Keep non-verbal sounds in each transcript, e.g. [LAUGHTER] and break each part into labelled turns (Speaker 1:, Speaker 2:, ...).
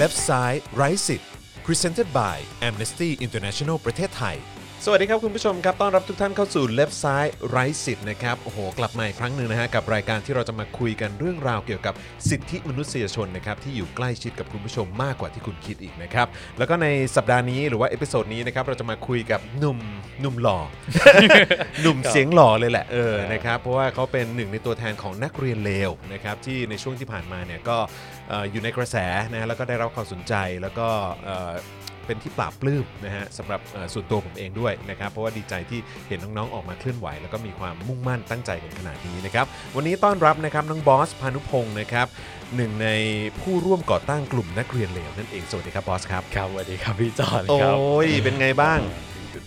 Speaker 1: Left Side Right 10 Presented by Amnesty International ประเทศไทย สวัสดีครับคุณผู้ชมครับ ต้อนรับทุกท่านเข้าสู่ Left Side Right 10 นะครับ โอ้โห กลับมาอีกครั้งหนึ่งนะฮะ กับรายการที่เราจะมาคุยกันเรื่องราวเกี่ยวกับสิทธิมนุษยชนนะครับ ที่อยู่ใกล้ชิดกับคุณผู้ชมมากกว่าที่คุณคิดอีกนะครับ แล้วก็ในสัปดาห์นี้หรือว่าเอพิโซดนี้นะครับ เราจะมาคุยกับหนุ่มหนุ่มหล่อ [LAUGHS] หนุ่มเสียงหล่อเลยแหละเออนะครับเพราะว่าเขาเป็นหนึ่งในตัวแทนของนักเรียนเลวนะครับที่ในช่วงที่ผ่านมาเนี่ยก็เอ่ออยู่ในกระแสนะฮะแล้วก็ได้รับความสนใจแล้วก็เอ่อเป็นที่ปราบปลื้มนะฮะสำหรับเอ่อส่วนตัวผมเองด้วยนะครับเพราะว่าดีใจที่เห็นน้องๆออกมาเคลื่อนไหว แล้วก็มีความมุ่งมั่นตั้งใจกันขนาดนี้นะครับวันนี้ต้อนรับนะครับน้องบอสพานุพงศ์นะครับหนึ่งในผู้ร่วมก่อตั้งกลุ่มนักเรียนเลวนั่นเองสวัสดีครับบอสครับ
Speaker 2: ครับสวัสดีครับพี่จอน
Speaker 1: โอ้
Speaker 2: ครับ
Speaker 1: ยเป็นไงบ้าง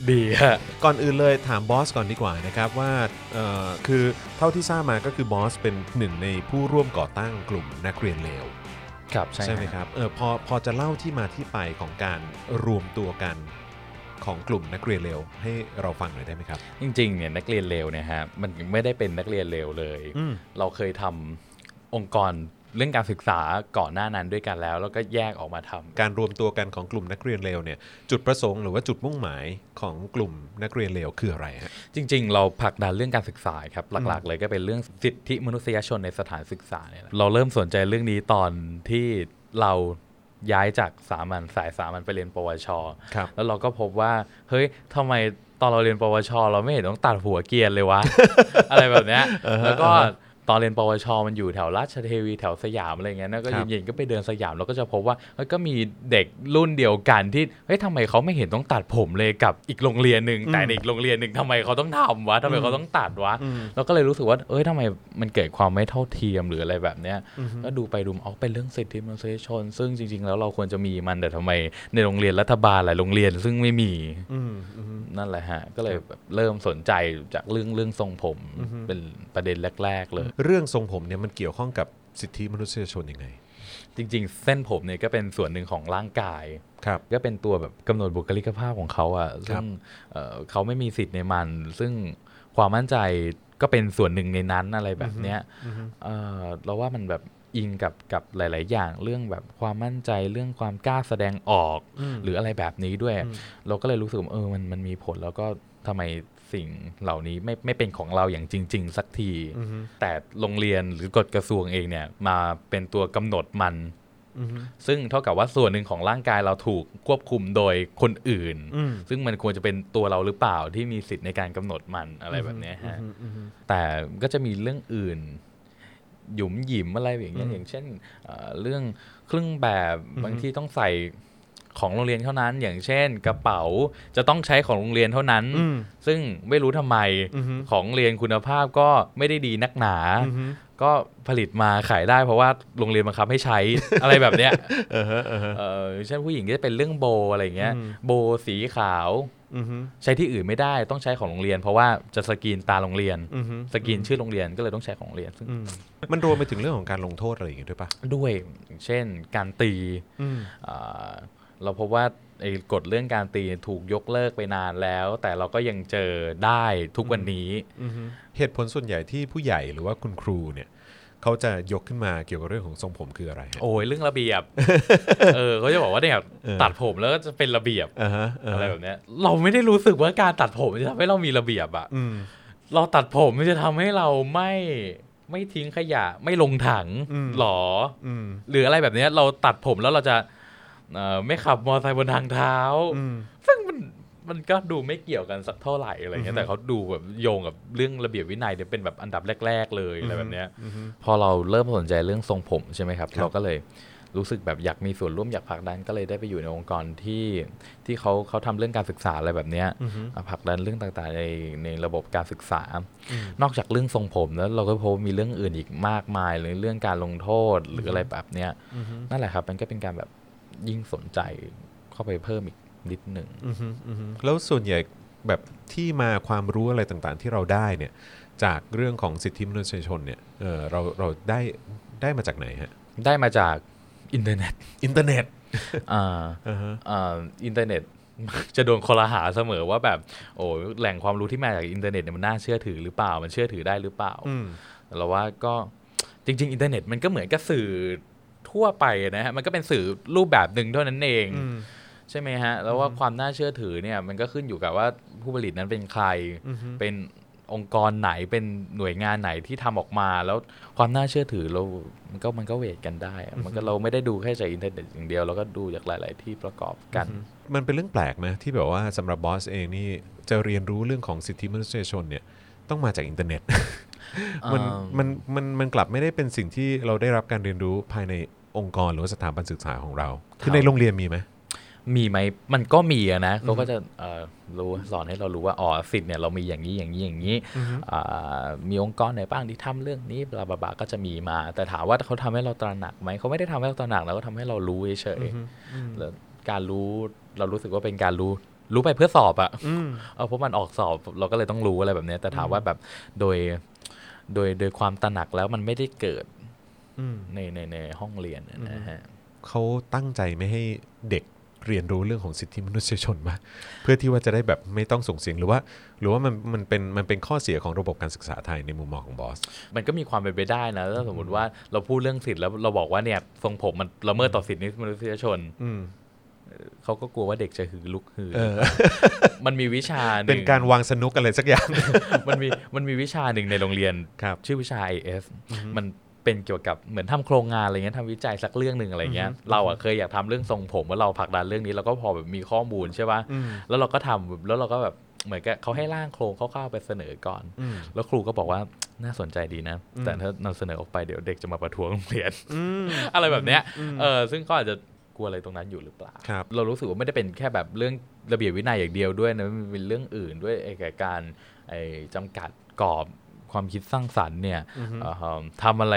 Speaker 2: ดีฮะ
Speaker 1: ก่อนอื่นเลยถามบอสก่อนดีกว่านะครับว่าเอ่อคือเท่าที่ทราบมาก็คือบอสเป็นหนึ่งในผู้ร่วมก่อตั้งกลุ่มนักเรียนเลว
Speaker 2: ครับใช่
Speaker 1: ไหมครับเออพอพอจะเล่าที่มาที่ไปของการรวมตัวกันของกลุ่มนักเรียนเลวให้เราฟังหน่อยได้ไหมครับ
Speaker 2: จริงๆเนี่ยนักเรียนเลวเนี่ยฮะมันไม่ได้เป็นนักเรียนเลวเลย
Speaker 1: อืม
Speaker 2: เราเคยทำองค์กรเรื่องการศึกษาก่อนหน้านั้นด้วยกันแล้ว แล้วก็แยกออกมาทำ
Speaker 1: การรวมตัวกันของกลุ่มนักเรียนเลวเนี่ยจุดประสงค์หรือว่าจุดมุ่งหมายของกลุ่มนักเรียนเลวคืออะไรฮะ
Speaker 2: จริง ๆ เราผลักดันเรื่องการศึกษาครับหลักๆ เลยก็เป็นเรื่องสิทธิมนุษยชนในสถานศึกษาเนี่ยแหละเราเริ่มสนใจเรื่องนี้ตอนที่เราย้ายจากสามัญสายสามัญไปเรียนปวช
Speaker 1: ครับ
Speaker 2: แล้วเราก็พบว่าเฮ้ยทำไมตอนเราเรียนปวช เราไม่เห็นต้องตัดหัวเกรียนเลยวะ [LAUGHS] อะไรแบบเนี้ยแล้วก็ตอนเรียนปวช มันอยู่แถวราชเทวีแถวสยามอะไรเงี้ยนะก็
Speaker 1: ครับ
Speaker 2: เย็นๆก็ไปเดินสยามเราก็จะพบว่าเฮ้ยก็มีเด็กรุ่นเดียวกันที่เฮ้ยทำไมเขาไม่เห็นต้องตัดผมเลยกับอีกโรงเรียนหนึ่งแต่ในอีกโรงเรียนหนึ่งทำไมเขาต้องทำวะทำไมเขาต้องตัดวะ
Speaker 1: อืม
Speaker 2: เราก็เลยรู้สึกว่าเอ้ยทำไมมันเกิดความไม่เท่าเทียมหรืออะไรแบบเนี้ย ก็ดูไปดูมาเอาเป็นเรื่องสิทธิมนุษยชน ซึ่งจริง ๆ แล้วเราควรจะมีมันแต่ทำไมในโรงเรียนรัฐบาลหลายโรงเรียนซึ่งไม่มี
Speaker 1: อืมอืม
Speaker 2: นั่นแหละฮะ ก็เลยแบบเริ่มสนใจจากเรื่องเรื่องทรงผมเป็นประเด็นแรก ๆ เลย
Speaker 1: เรื่องทรงผมเนี่ยมันเกี่ยวข้องกับสิทธิมนุษยชนยังไง
Speaker 2: จริง ๆ เส้นผมเนี่ยก็เป็นส่วนหนึ่งของร่างกาย
Speaker 1: ครับ
Speaker 2: ก็เป็นตัวแบบกำหนดบุคลิกภาพของเขาอะ่ะซึ่งเอ่อเขาไม่มีสิทธิ์ในมัน ซึ่งความมั่นใจก็เป็นส่วนหนึ่งในนั้นอะไรแบบเนี้ยเอ่อเราว่ามันแบบอิงกับกับหลาย ๆ อย่างเรื่องแบบความมั่นใจเรื่องความกล้าแสดงออก หรืออะไรแบบนี้ด้วย เราก็เลยรู้สึกว่าเออมันมันมีผลแล้วก็ทำไมสิ่งเหล่านี้ไม่ไม่เป็นของเราอย่างจริง ๆ สักที แต่โรงเรียนหรือกฎกระทรวงเองเนี่ยมาเป็นตัวกำหนดมัน ซึ่งเท่ากับว่าส่วนหนึ่งของร่างกายเราถูกควบคุมโดยคนอื่น
Speaker 1: อืม
Speaker 2: ซึ่งมันควรจะเป็นตัวเราหรือเปล่าที่มีสิทธิ์ในการกำหนดมันอะไรแบบเนี้ยฮะ แต่ก็จะมีเรื่องอื่น หยุมหยิมอะไรอย่างเงี้ยอย่างเช่นเอ่อเรื่องเครื่องแบบบางที่ต้องใส่ของโรงเรียนเท่านั้น อย่างเช่น กระเป๋าจะต้องใช้ของโรงเรียนเท่านั้น
Speaker 1: อืม
Speaker 2: ซึ่งไม่รู้ทำไม
Speaker 1: อือฮึ
Speaker 2: ของเรียนคุณภาพก็ไม่ได้ดีนักหนา
Speaker 1: อืม
Speaker 2: ก็ผลิตมาขายได้เพราะว่าโรงเรียนบังคับให้ใช้ [LAUGHS] อะไรแบบเนี้ย
Speaker 1: เออฮะเออฮะ
Speaker 2: เอ่อเช่นผู้หญิงก็จะเป็นเรื่องโบอะไรอย่างเงี้ย
Speaker 1: อืม
Speaker 2: โบสีขาว
Speaker 1: อืม
Speaker 2: ใช้ที่อื่นไม่ได้ต้องใช้ของโรงเรียน เพราะว่าจะสกรีนตาโรงเรียน
Speaker 1: อืม
Speaker 2: สกรีนชื่อโรงเรียนก็เลยต้องใช้ของโรงเรียนซึ่ง
Speaker 1: มันรวมไปถึงเรื่องของการลงโทษอะไรอย่างงี้ด้วยปะ
Speaker 2: ด้วยอย่างเช่นการตีเอ่อเราพบว่าไอ้กฎเรื่องการตีถูกยกเลิกไปนานแล้ว แต่เราก็ยังเจอได้ทุกวันนี้
Speaker 1: เหตุผลส่วนใหญ่ที่ผู้ใหญ่หรือว่าคุณครูเนี่ยเขาจะยกขึ้นมาเกี่ยวกับเรื่องของทรงผมคืออะไรฮะ
Speaker 2: โอ้ยเรื่องระเบีย
Speaker 1: [LAUGHS]
Speaker 2: บ เออเขาจะบอกว่าเนี่ย
Speaker 1: เออ
Speaker 2: ตัดผมแล้วก็จะเป็นระเบียบ
Speaker 1: อ่าฮะาฮ
Speaker 2: อะไรแบบเนี้ยเราไม่ได้รู้สึกว่าการตัดผมจะทำให้เรามีระเบียบอะ
Speaker 1: อืม
Speaker 2: เราตัดผมมันจะทำให้เราไม่ไม่ทิ้งขยะไม่ลงถังหรอ
Speaker 1: อืม
Speaker 2: หรืออะไรแบบเนี้ยเราตัดผมแล้วเราจะเอ่อไม่ขับมอเตอร์ไซค์บนทางเท้า
Speaker 1: อืม
Speaker 2: ซึ่งมันมันก็ดูไม่เกี่ยวกันสักเท่าไหร่อะไรเงี้ยแต่เขาดูแบบโยงกับเรื่องระเบียบวินัยเนี่ยเป็นแบบอันดับแรก ๆ เลยอะไรแบบเนี้ยพอเราเริ่มสนใจเรื่องทรงผมใช่ไหมครับ
Speaker 1: ครับ
Speaker 2: เราก็เลยรู้สึกแบบอยากมีส่วนร่วมอยากผลักดันก็เลยได้ไปอยู่ในองค์กรที่ที่เขาเขาทำเรื่องการศึกษาอะไรแบบเนี้ยผลักดันเรื่องต่างๆในในระบบการศึกษา นอกจากเรื่องทรงผมแล้วเราก็พบมีเรื่องอื่นอีกมากมายเลยเรื่องการลงโทษหรืออะไรแบบเนี้ยนั่นแหละครับมันก็เป็นการแบบยิ่งสนใจเข้าไปเพิ่มอีกนิดหนึ่ง
Speaker 1: อืมอืมแล้วส่วนใหญ่แบบที่มาความรู้อะไรต่างๆ ที่เราได้เนี่ยจากเรื่องของสิทธิมนุษยชนเนี่ยเออเราเราได้ได้มาจากไหนฮะ
Speaker 2: ได้มาจากอินเทอร์เน็ต
Speaker 1: อินเทอร์เน็ต
Speaker 2: อ่า
Speaker 1: อ่าฮะ
Speaker 2: อ่าอินเทอร์เน็ต [LAUGHS] จะโดนคอรหาเสมอว่าแบบ โอ้แหล่งความรู้ที่มาจากอินเทอร์เน็ตเนี่ยมันน่าเชื่อถือหรือเปล่า มันเชื่อถือได้หรือเปล่า
Speaker 1: อืม
Speaker 2: แต่เราว่าก็จริง ๆ อินเทอร์เน็ตมันก็เหมือนกับสื่อ ทั่วไปนะฮะมันก็เป็นสื่อรูปแบบหนึ่งเท่านั้นเอง
Speaker 1: อืม
Speaker 2: ใช่ไหมฮะ แล้วว่าความน่าเชื่อถือเนี่ยมันก็ขึ้นอยู่กับว่าผู้ผลิตนั้นเป็นใคร
Speaker 1: อือฮึ
Speaker 2: เป็นองค์กรไหนเป็นหน่วยงานไหนที่ทำออกมา แล้วความน่าเชื่อถือเรา มันก็มันก็เวทกันได้อะมันก็เราไม่ได้ดูแค่จากอินเทอร์เน็ตอย่างเดียวเราก็ดูจากหลาย ๆ ที่ประกอบกัน
Speaker 1: มันเป็นเรื่องแปลกไหมที่แบบว่าสำหรับบอสเองนี่จะเรียนรู้เรื่องของสิทธิมนุษยชนเนี่ยต้องมาจากอินเทอร์เน็ต [LAUGHS] มัน
Speaker 2: อ่ามั
Speaker 1: มันมันมันกลับไม่ได้เป็นสิ่งที่เราได้รับการเรียนรู้ภายในองค์กรหรือว่าสถาบันศึกษาของเรา คือในโรงเรียนมีไหม
Speaker 2: มีไหมมันก็มีอะนะเขาก็จะเอ่อรู้สอนให้เรารู้ว่าอ๋อสิทธิ์เนี่ยเรามีอย่างนี้อย่างนี้อย่างนี้อ่ามีองค์กรไหนบ้างที่ทำเรื่องนี้บลาบลาบลาก็จะมีมา แต่ถามว่าเขาทำให้เราตระหนักไหมเขาไม่ได้ทำให้เราตระหนักแล้วก็ทำให้เรารู้เฉยๆแล้วการรู้เรารู้สึกว่าเป็นการรู้ รู้ไปเพื่อสอบอะ [LAUGHS] เออเพราะมันออกสอบเราก็เลยต้องรู้อะไรแบบเนี้ยแต่ถามว่าแบบโดยโดยโดยความตระหนักแล้วมันไม่ได้เกิด
Speaker 1: อืม
Speaker 2: ในในในห้องเรียนน่ะนะฮะ
Speaker 1: เขาตั้งใจไม่ให้เด็กเรียนรู้เรื่องของสิทธิมนุษยชนมาเพื่อที่ว่าจะได้แบบไม่ต้องส่งเสียงหรือว่า หรือว่ามันมันเป็นมันเป็นข้อเสียของระบบการศึกษาไทยในมุมมองของบอส
Speaker 2: มันก็มีความเป็นไปได้นะถ้าสมมติว่าเราพูดเรื่องสิทธิ์แล้วเราบอกว่าเนี่ยทรงผมมันละเมิดต่อสิทธิมนุษยชน
Speaker 1: อืม
Speaker 2: เขาก็กลัวว่าเด็กจะหือลุกหือ [LAUGHS] มันมีวิชาห
Speaker 1: เป็น
Speaker 2: ง
Speaker 1: การวางสนุกอะไรสักอย่าง
Speaker 2: มันมีมันมีวิชาหนึ่งในโรงเรียน
Speaker 1: ครับ
Speaker 2: ชื่อวิชา IF มันเป็นเกี่ยวกับเหมือนทำโครงงานอะไรเงี้ยทำวิจัยสักเรื่องหนึ่งอะไรเงี้ยเราอะเคยอยากทำเรื่องทรงผมว่าเราผลักดันเรื่องนี้เราก็พอแบบมีข้อมูลใช่ป่ะ
Speaker 1: อืม
Speaker 2: แล้วเราก็ทำแล้วเราก็แบบเหมือนกับเขาให้ร่างโครงคร่าวๆไปเสนอก่อน
Speaker 1: อืม
Speaker 2: แล้วครูก็บอกว่าน่าสนใจดีนะ แต่ถ้านำเสนอออกไปเดี๋ยวเด็กจะมาประท้วงโรงเรียน [LAUGHS] อะไรแบบเนี้ยเออซึ่งก็อาจจะกลัวอะไรตรงนั้นอยู่หรือเปล่า
Speaker 1: ครับ
Speaker 2: เรารู้สึกว่าไม่ได้เป็นแค่แบบเรื่องระเบียบวินัยอย่างเดียวด้วยนะมันเป็นเรื่องอื่นด้วยไอ้แก่การไอ้จำกัดกรอบความคิดสร้างสรรค์เนี่ยเอ่อทำอะไร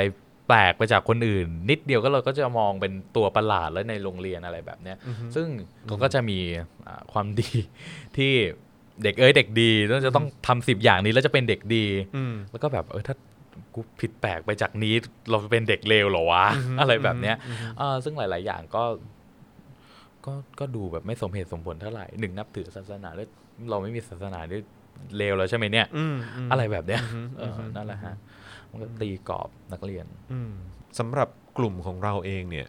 Speaker 2: แปลกไปจากคนอื่น นิดเดียวก็เราก็จะมองเป็นตัวประหลาดแล้วในโรงเรียนอะไรแบบเนี้ยซึ่งเขาก็จะมีอ่าความดี ที่เด็กเอ้ยเด็กดีแล้วจะต้องทำสิบอย่างนี้แล้วจะเป็นเด็กดี
Speaker 1: อืม
Speaker 2: แล้วก็แบบเออถ้ากูผิดแปลกไปจากนี้เราเป็นเด็กเลวเหรอวะ อะไรแบบเนี้ยเออซึ่งหลาย ๆ อย่างก็ ก็ก็ดูแบบไม่สมเหตุสมผลเท่าไหร่หนึ่งนับถือศาสนาด้วยเราไม่มีศาสนาด้วยเลวแล้วใช่ไหมเนี่ย อะไรแบบเนี้ยเอออนั่นแหละฮะมันก็ตีกรอบนักเรียน
Speaker 1: อืมสำหรับกลุ่มของเราเองเนี่ย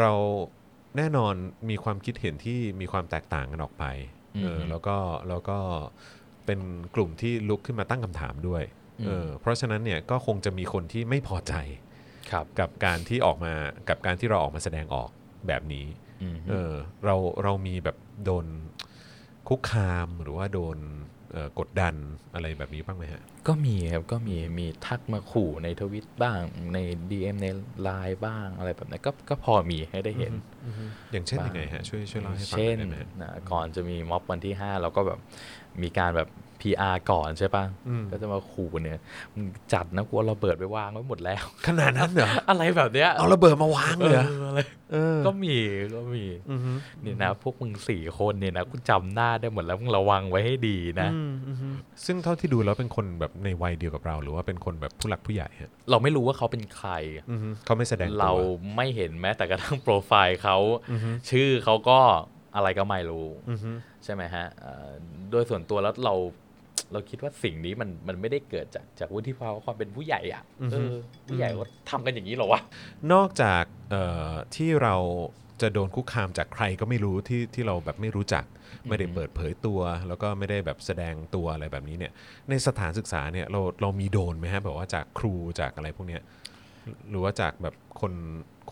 Speaker 1: เราแน่นอนมีความคิดเห็นที่มีความแตกต่างกันออกไป
Speaker 2: อืม
Speaker 1: เออแล้วก็แล้วก็เป็นกลุ่มที่ลุกขึ้นมาตั้งคำถามด้วย
Speaker 2: อืม
Speaker 1: เออเพราะฉะนั้นเนี่ยก็คงจะมีคนที่ไม่พอใจ
Speaker 2: ครับ
Speaker 1: กับการที่ออกมากับการที่เราออกมาแสดงออกแบบนี้
Speaker 2: อืม
Speaker 1: เออเราเรามีแบบโดนคุกคามหรือว่าโดนเอ่อกดดันอะไรแบบนี้บ้างไหมฮะ
Speaker 2: ก็มีครับก็มีมีทักมาขู่ในทวิตบ้างใน DM ในไลน์บ้างอะไรแบบเนี้ยก็ก็พอมีให้ได้เห็น
Speaker 1: อย่างเช่นยังไงฮะช่วยช่วยเล่าให้ฟังห
Speaker 2: เช่
Speaker 1: น่อย
Speaker 2: น
Speaker 1: ได้ไหมฮะ
Speaker 2: นะก่อนจะมีม็อบวันที่ 5 เราก็แบบมีการแบบ PR ก่อนใช่ปะก็จะมาขู่เนี่ยมึงจัดนะกลัวเราเบิดไปวางไว้หมดแล้ว [LAUGHS]
Speaker 1: ขนาดนั้นเหรอ
Speaker 2: อะไรแบบเนี้ย
Speaker 1: เอาระเบิดมาวาง
Speaker 2: เอ
Speaker 1: เลยเหรอ
Speaker 2: ออะไร
Speaker 1: เออ
Speaker 2: ก็มีก็มี
Speaker 1: อือฮึ
Speaker 2: นี่นะ พวกมึงสี่คนเนี่ยนะกูจำหน้าได้หมดแล้วมึงระวังไว้ให้ดีนะ
Speaker 1: ซึ่งเท่าที่ดูแล้วเป็นคนแบบในวัยเดียวกับเรา หรือว่าเป็นคนแบบผู้หลักผู้ใหญ่ฮะ
Speaker 2: เราไม่รู้ว่าเขาเป็นใคร
Speaker 1: เขาไม่แสดงตัว
Speaker 2: เราไม่เห็นแม้แต่กระทั่งโป [LAUGHS] รไฟล์เขาชื่อเขาก็อะไรก็ไม่รู้
Speaker 1: อือฮึ
Speaker 2: ใช่ไหมฮะเอ่อโดยส่วนตัวแล้วเรา เราคิดว่าสิ่งนี้มันมันไม่ได้เกิดจากจากวุฒิภาวะความเป็นผู้ใหญ่อ่ะเออผู้ใหญ่ก็ทำกันอย่างนี้เหรอวะ
Speaker 1: นอกจากเอ่อที่เราจะโดนคุกคามจากใครก็ไม่รู้ที่ที่เราแบบไม่รู้จักไม่ได้เปิดเผยตัว แล้วก็ไม่ได้แบบแสดงตัวอะไรแบบนี้เนี่ย ในสถานศึกษาเนี่ยเราเรามีโดนไหมฮะแบบว่าจากครูจากอะไรพวกเนี้ยหรือว่าจากแบบคน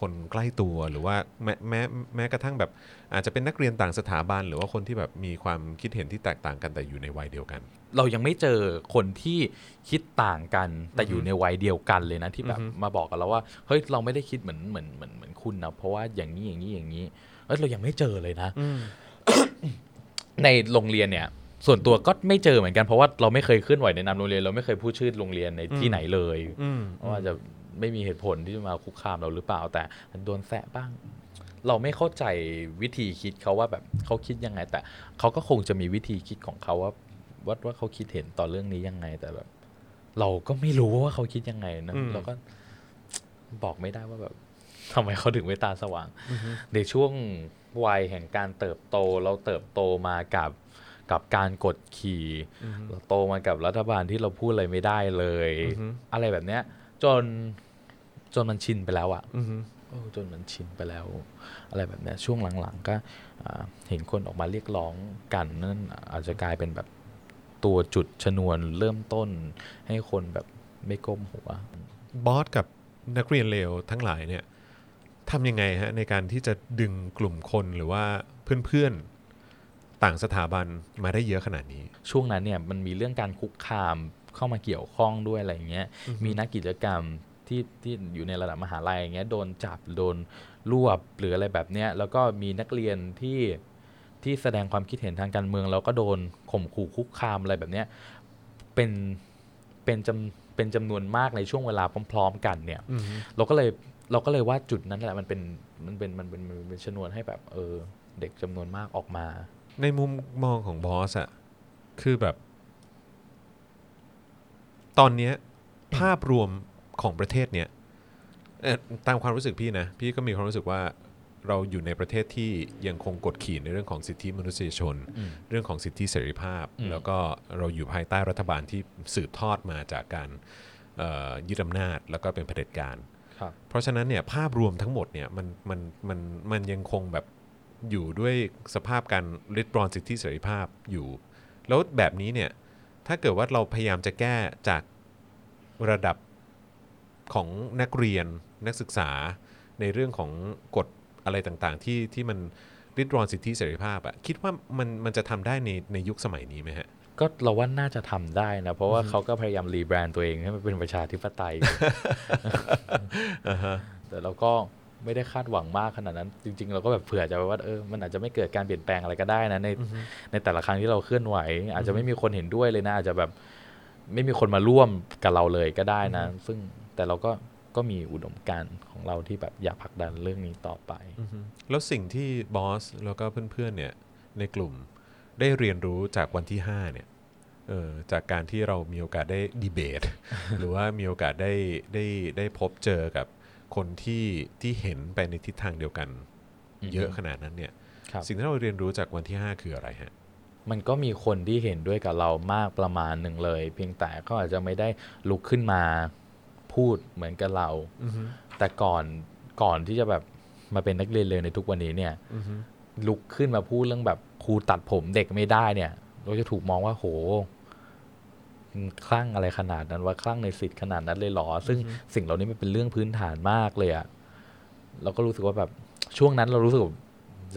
Speaker 1: คนใกล้ตัวหรือว่าแม้แม้แม้กระทั่งแบบอาจจะเป็นนักเรียนต่างสถาบัน หรือว่าคนที่แบบมีความคิดเห็นที่แตกต่างกันแต่อยู่ในวัยเดียวกัน
Speaker 2: เรายังไม่เจอคนที่คิดต่างกันแต่อยู่ในวัยเดียวกันเลยนะที่แบบมาบอกกับเราว่าเฮ้ยเราไม่ได้คิดเหมือนเหมือนเหมือนเหมือนคุณนะเพราะว่าอย่างนี้อย่างนี้อย่างนี้เอ้ยเรายังไม่เจอเลยนะ ในโรงเรียนเนี่ย ส่วนตัวก็ไม่เจอเหมือนกันเพราะว่าเราไม่เคยเคลื่อนไหวในนามโรงเรียนเราไม่เคยพูดชื่อโรงเรียนในที่ไหนเลย
Speaker 1: อืม
Speaker 2: ว่าจะไม่มีเหตุผลที่จะมาคุกคามเราหรือเปล่า แต่โดนแซะบ้าง เราไม่เข้าใจวิธีคิดเขาว่าแบบเขาคิดยังไง แต่เขาก็คงจะมีวิธีคิดของเขาว่าว่าว่าเขาคิดเห็นต่อเรื่องนี้ยังไง แต่แบบ เราก็ไม่รู้ว่าเขาคิดยังไงนะ
Speaker 1: อืม
Speaker 2: เราก็บอกไม่ได้ว่าแบบทำไมเขาถึงไม่ตาสว่าง ในช่วงวัยแห่งการเติบโตเราเติบโตมากับกับการกดขี่เราโตมากับรัฐบาลที่เราพูดอะไรไม่ได้เลย อะไรแบบเนี้ย จนจนมันชินไปแล้วอะ
Speaker 1: อือฮึ
Speaker 2: เออจนมันชินไปแล้ว อะไรแบบเนี้ยช่วงหลังๆ ก็อ่าเห็นคนออกมาเรียกร้องกันนั่นอาจจะกลายเป็นแบบตัวจุดชนวนเริ่มต้น ให้คนแบบไม่ก้มหัว
Speaker 1: บอสกับนักเรียนเลวทั้งหลายเนี่ยทำยังไงฮะในการที่จะดึงกลุ่มคนหรือว่าเพื่อนๆ ต่างสถาบันมาได้เยอะขนาดนี้
Speaker 2: ช่วงนั้นเนี่ยมันมีเรื่องการคุกคามเข้ามาเกี่ยวข้องด้วยอะไรอย่างเงี้ย มีนักกิจกรรมที่ที่อยู่ในระดับมหาลัยอย่างเงี้ยโดนจับโดนรวบหรืออะไรแบบเนี้ยแล้วก็มีนักเรียนที่ที่แสดงความคิดเห็นทางการเมือง แล้วก็โดนข่มขู่คุกคามอะไรแบบเนี้ยเป็นเป็นจำเป็นจำนวนมากในช่วงเวลาพร้อม ๆ กันเนี่ย เราก็เลยเราก็เลยว่าจุดนั้นแหละมันเป็นมันเป็นมันเป็นมันเป็นชนวนให้แบบเออเด็กจำนวนมากออกมา
Speaker 1: ในมุมมองของบอสอะคือแบบ ตอนเนี้ยภาพรวมของประเทศเนี้ยเอ่อตามความรู้สึกพี่นะ พี่ก็มีความรู้สึกว่าเราอยู่ในประเทศที่ยังคงกดขี่ในเรื่องของสิทธิมนุษยชน
Speaker 2: อืม
Speaker 1: เรื่องของสิทธิเสรีภาพ
Speaker 2: อืม
Speaker 1: แล้วก็เราอยู่ภายใต้รัฐบาลที่สืบทอดมาจากการเอ่อยึดอำนาจแล้วก็เป็นเผด็จการ
Speaker 2: ครับ
Speaker 1: เพราะฉะนั้นเนี่ยภาพรวมทั้งหมดเนี่ยมันมันมันมันยังคงแบบอยู่ด้วยสภาพการริดรอนสิทธิเสรีภาพอยู่ แล้วแบบนี้เนี่ยถ้าเกิดว่าเราพยายามจะแก้จากระดับของนักเรียนนักศึกษาในเรื่องของกฎอะไรต่างๆ ที่ที่มันริดรอนสิทธิเสรีภาพอะคิดว่ามันมันจะทำได้ในในยุคสมัยนี้ไหมฮะ
Speaker 2: ก็เราว่าน่าจะทำได้นะ เพราะว่าเขาก็พยายามรีแบรนด์ตัวเองให้มันเป็นประชาธิปไต [LAUGHS] ย แต่เราก็ไม่ได้คาดหวังมากขนาดนั้น จริง ๆ เราก็แบบเผื่อจะไว้ว่าเออมันอาจจะไม่เกิดการเปลี่ยนแปลงอะไรก็ได้นะในในแต่ละครั้งที่เราเคลื่อนไหว อาจจะไม่มีคนเห็นด้วยเลยนะอาจจะแบบไม่มีคนมาร่วมกับเราเลยก็ได้นะ ซึ่งแต่เราก็ก็มีอุดมการณ์ของเราที่แบบอยากผลักดันเรื่องนี้ต่อไป
Speaker 1: อือฮึแล้วสิ่งที่บอสแล้วก็เพื่อนๆเนี่ยในกลุ่มได้เรียนรู้จากวันที่ 5 เนี่ยเออจากการที่เรามีโอกาสได้ดีเบต [LAUGHS] หรือว่ามีโอกาสได้ได้ได้พบเจอกับคนที่ที่เห็นไปในทิศทางเดียวกัน
Speaker 2: อือฮึ
Speaker 1: เยอะขนาดนั้นเนี่ย
Speaker 2: ครับ
Speaker 1: สิ่งที่เราเรียนรู้จากวันที่ 5 คืออะไรฮะ
Speaker 2: มันก็มีคนที่เห็นด้วยกับเรามากประมาณหนึ่งเลย เพียงแต่เขาอาจจะไม่ได้ลุกขึ้นมาพูดเหมือนกับเรา แต่ก่อนก่อนที่จะแบบมาเป็นนักเรียนเลยในทุกวันนี้เนี่ยลุกขึ้นมาพูดเรื่องแบบครูตัดผมเด็กไม่ได้เนี่ย เราจะถูกมองว่าโหมึงคลั่งอะไรขนาดนั้นว่าคลั่งในสิทธิ์ขนาดนั้นเลยเหรอ ซึ่งสิ่งเหล่านี้มันเป็นเรื่องพื้นฐานมากเลยอะเราก็รู้สึกว่าแบบช่วงนั้นเรารู้สึกว่า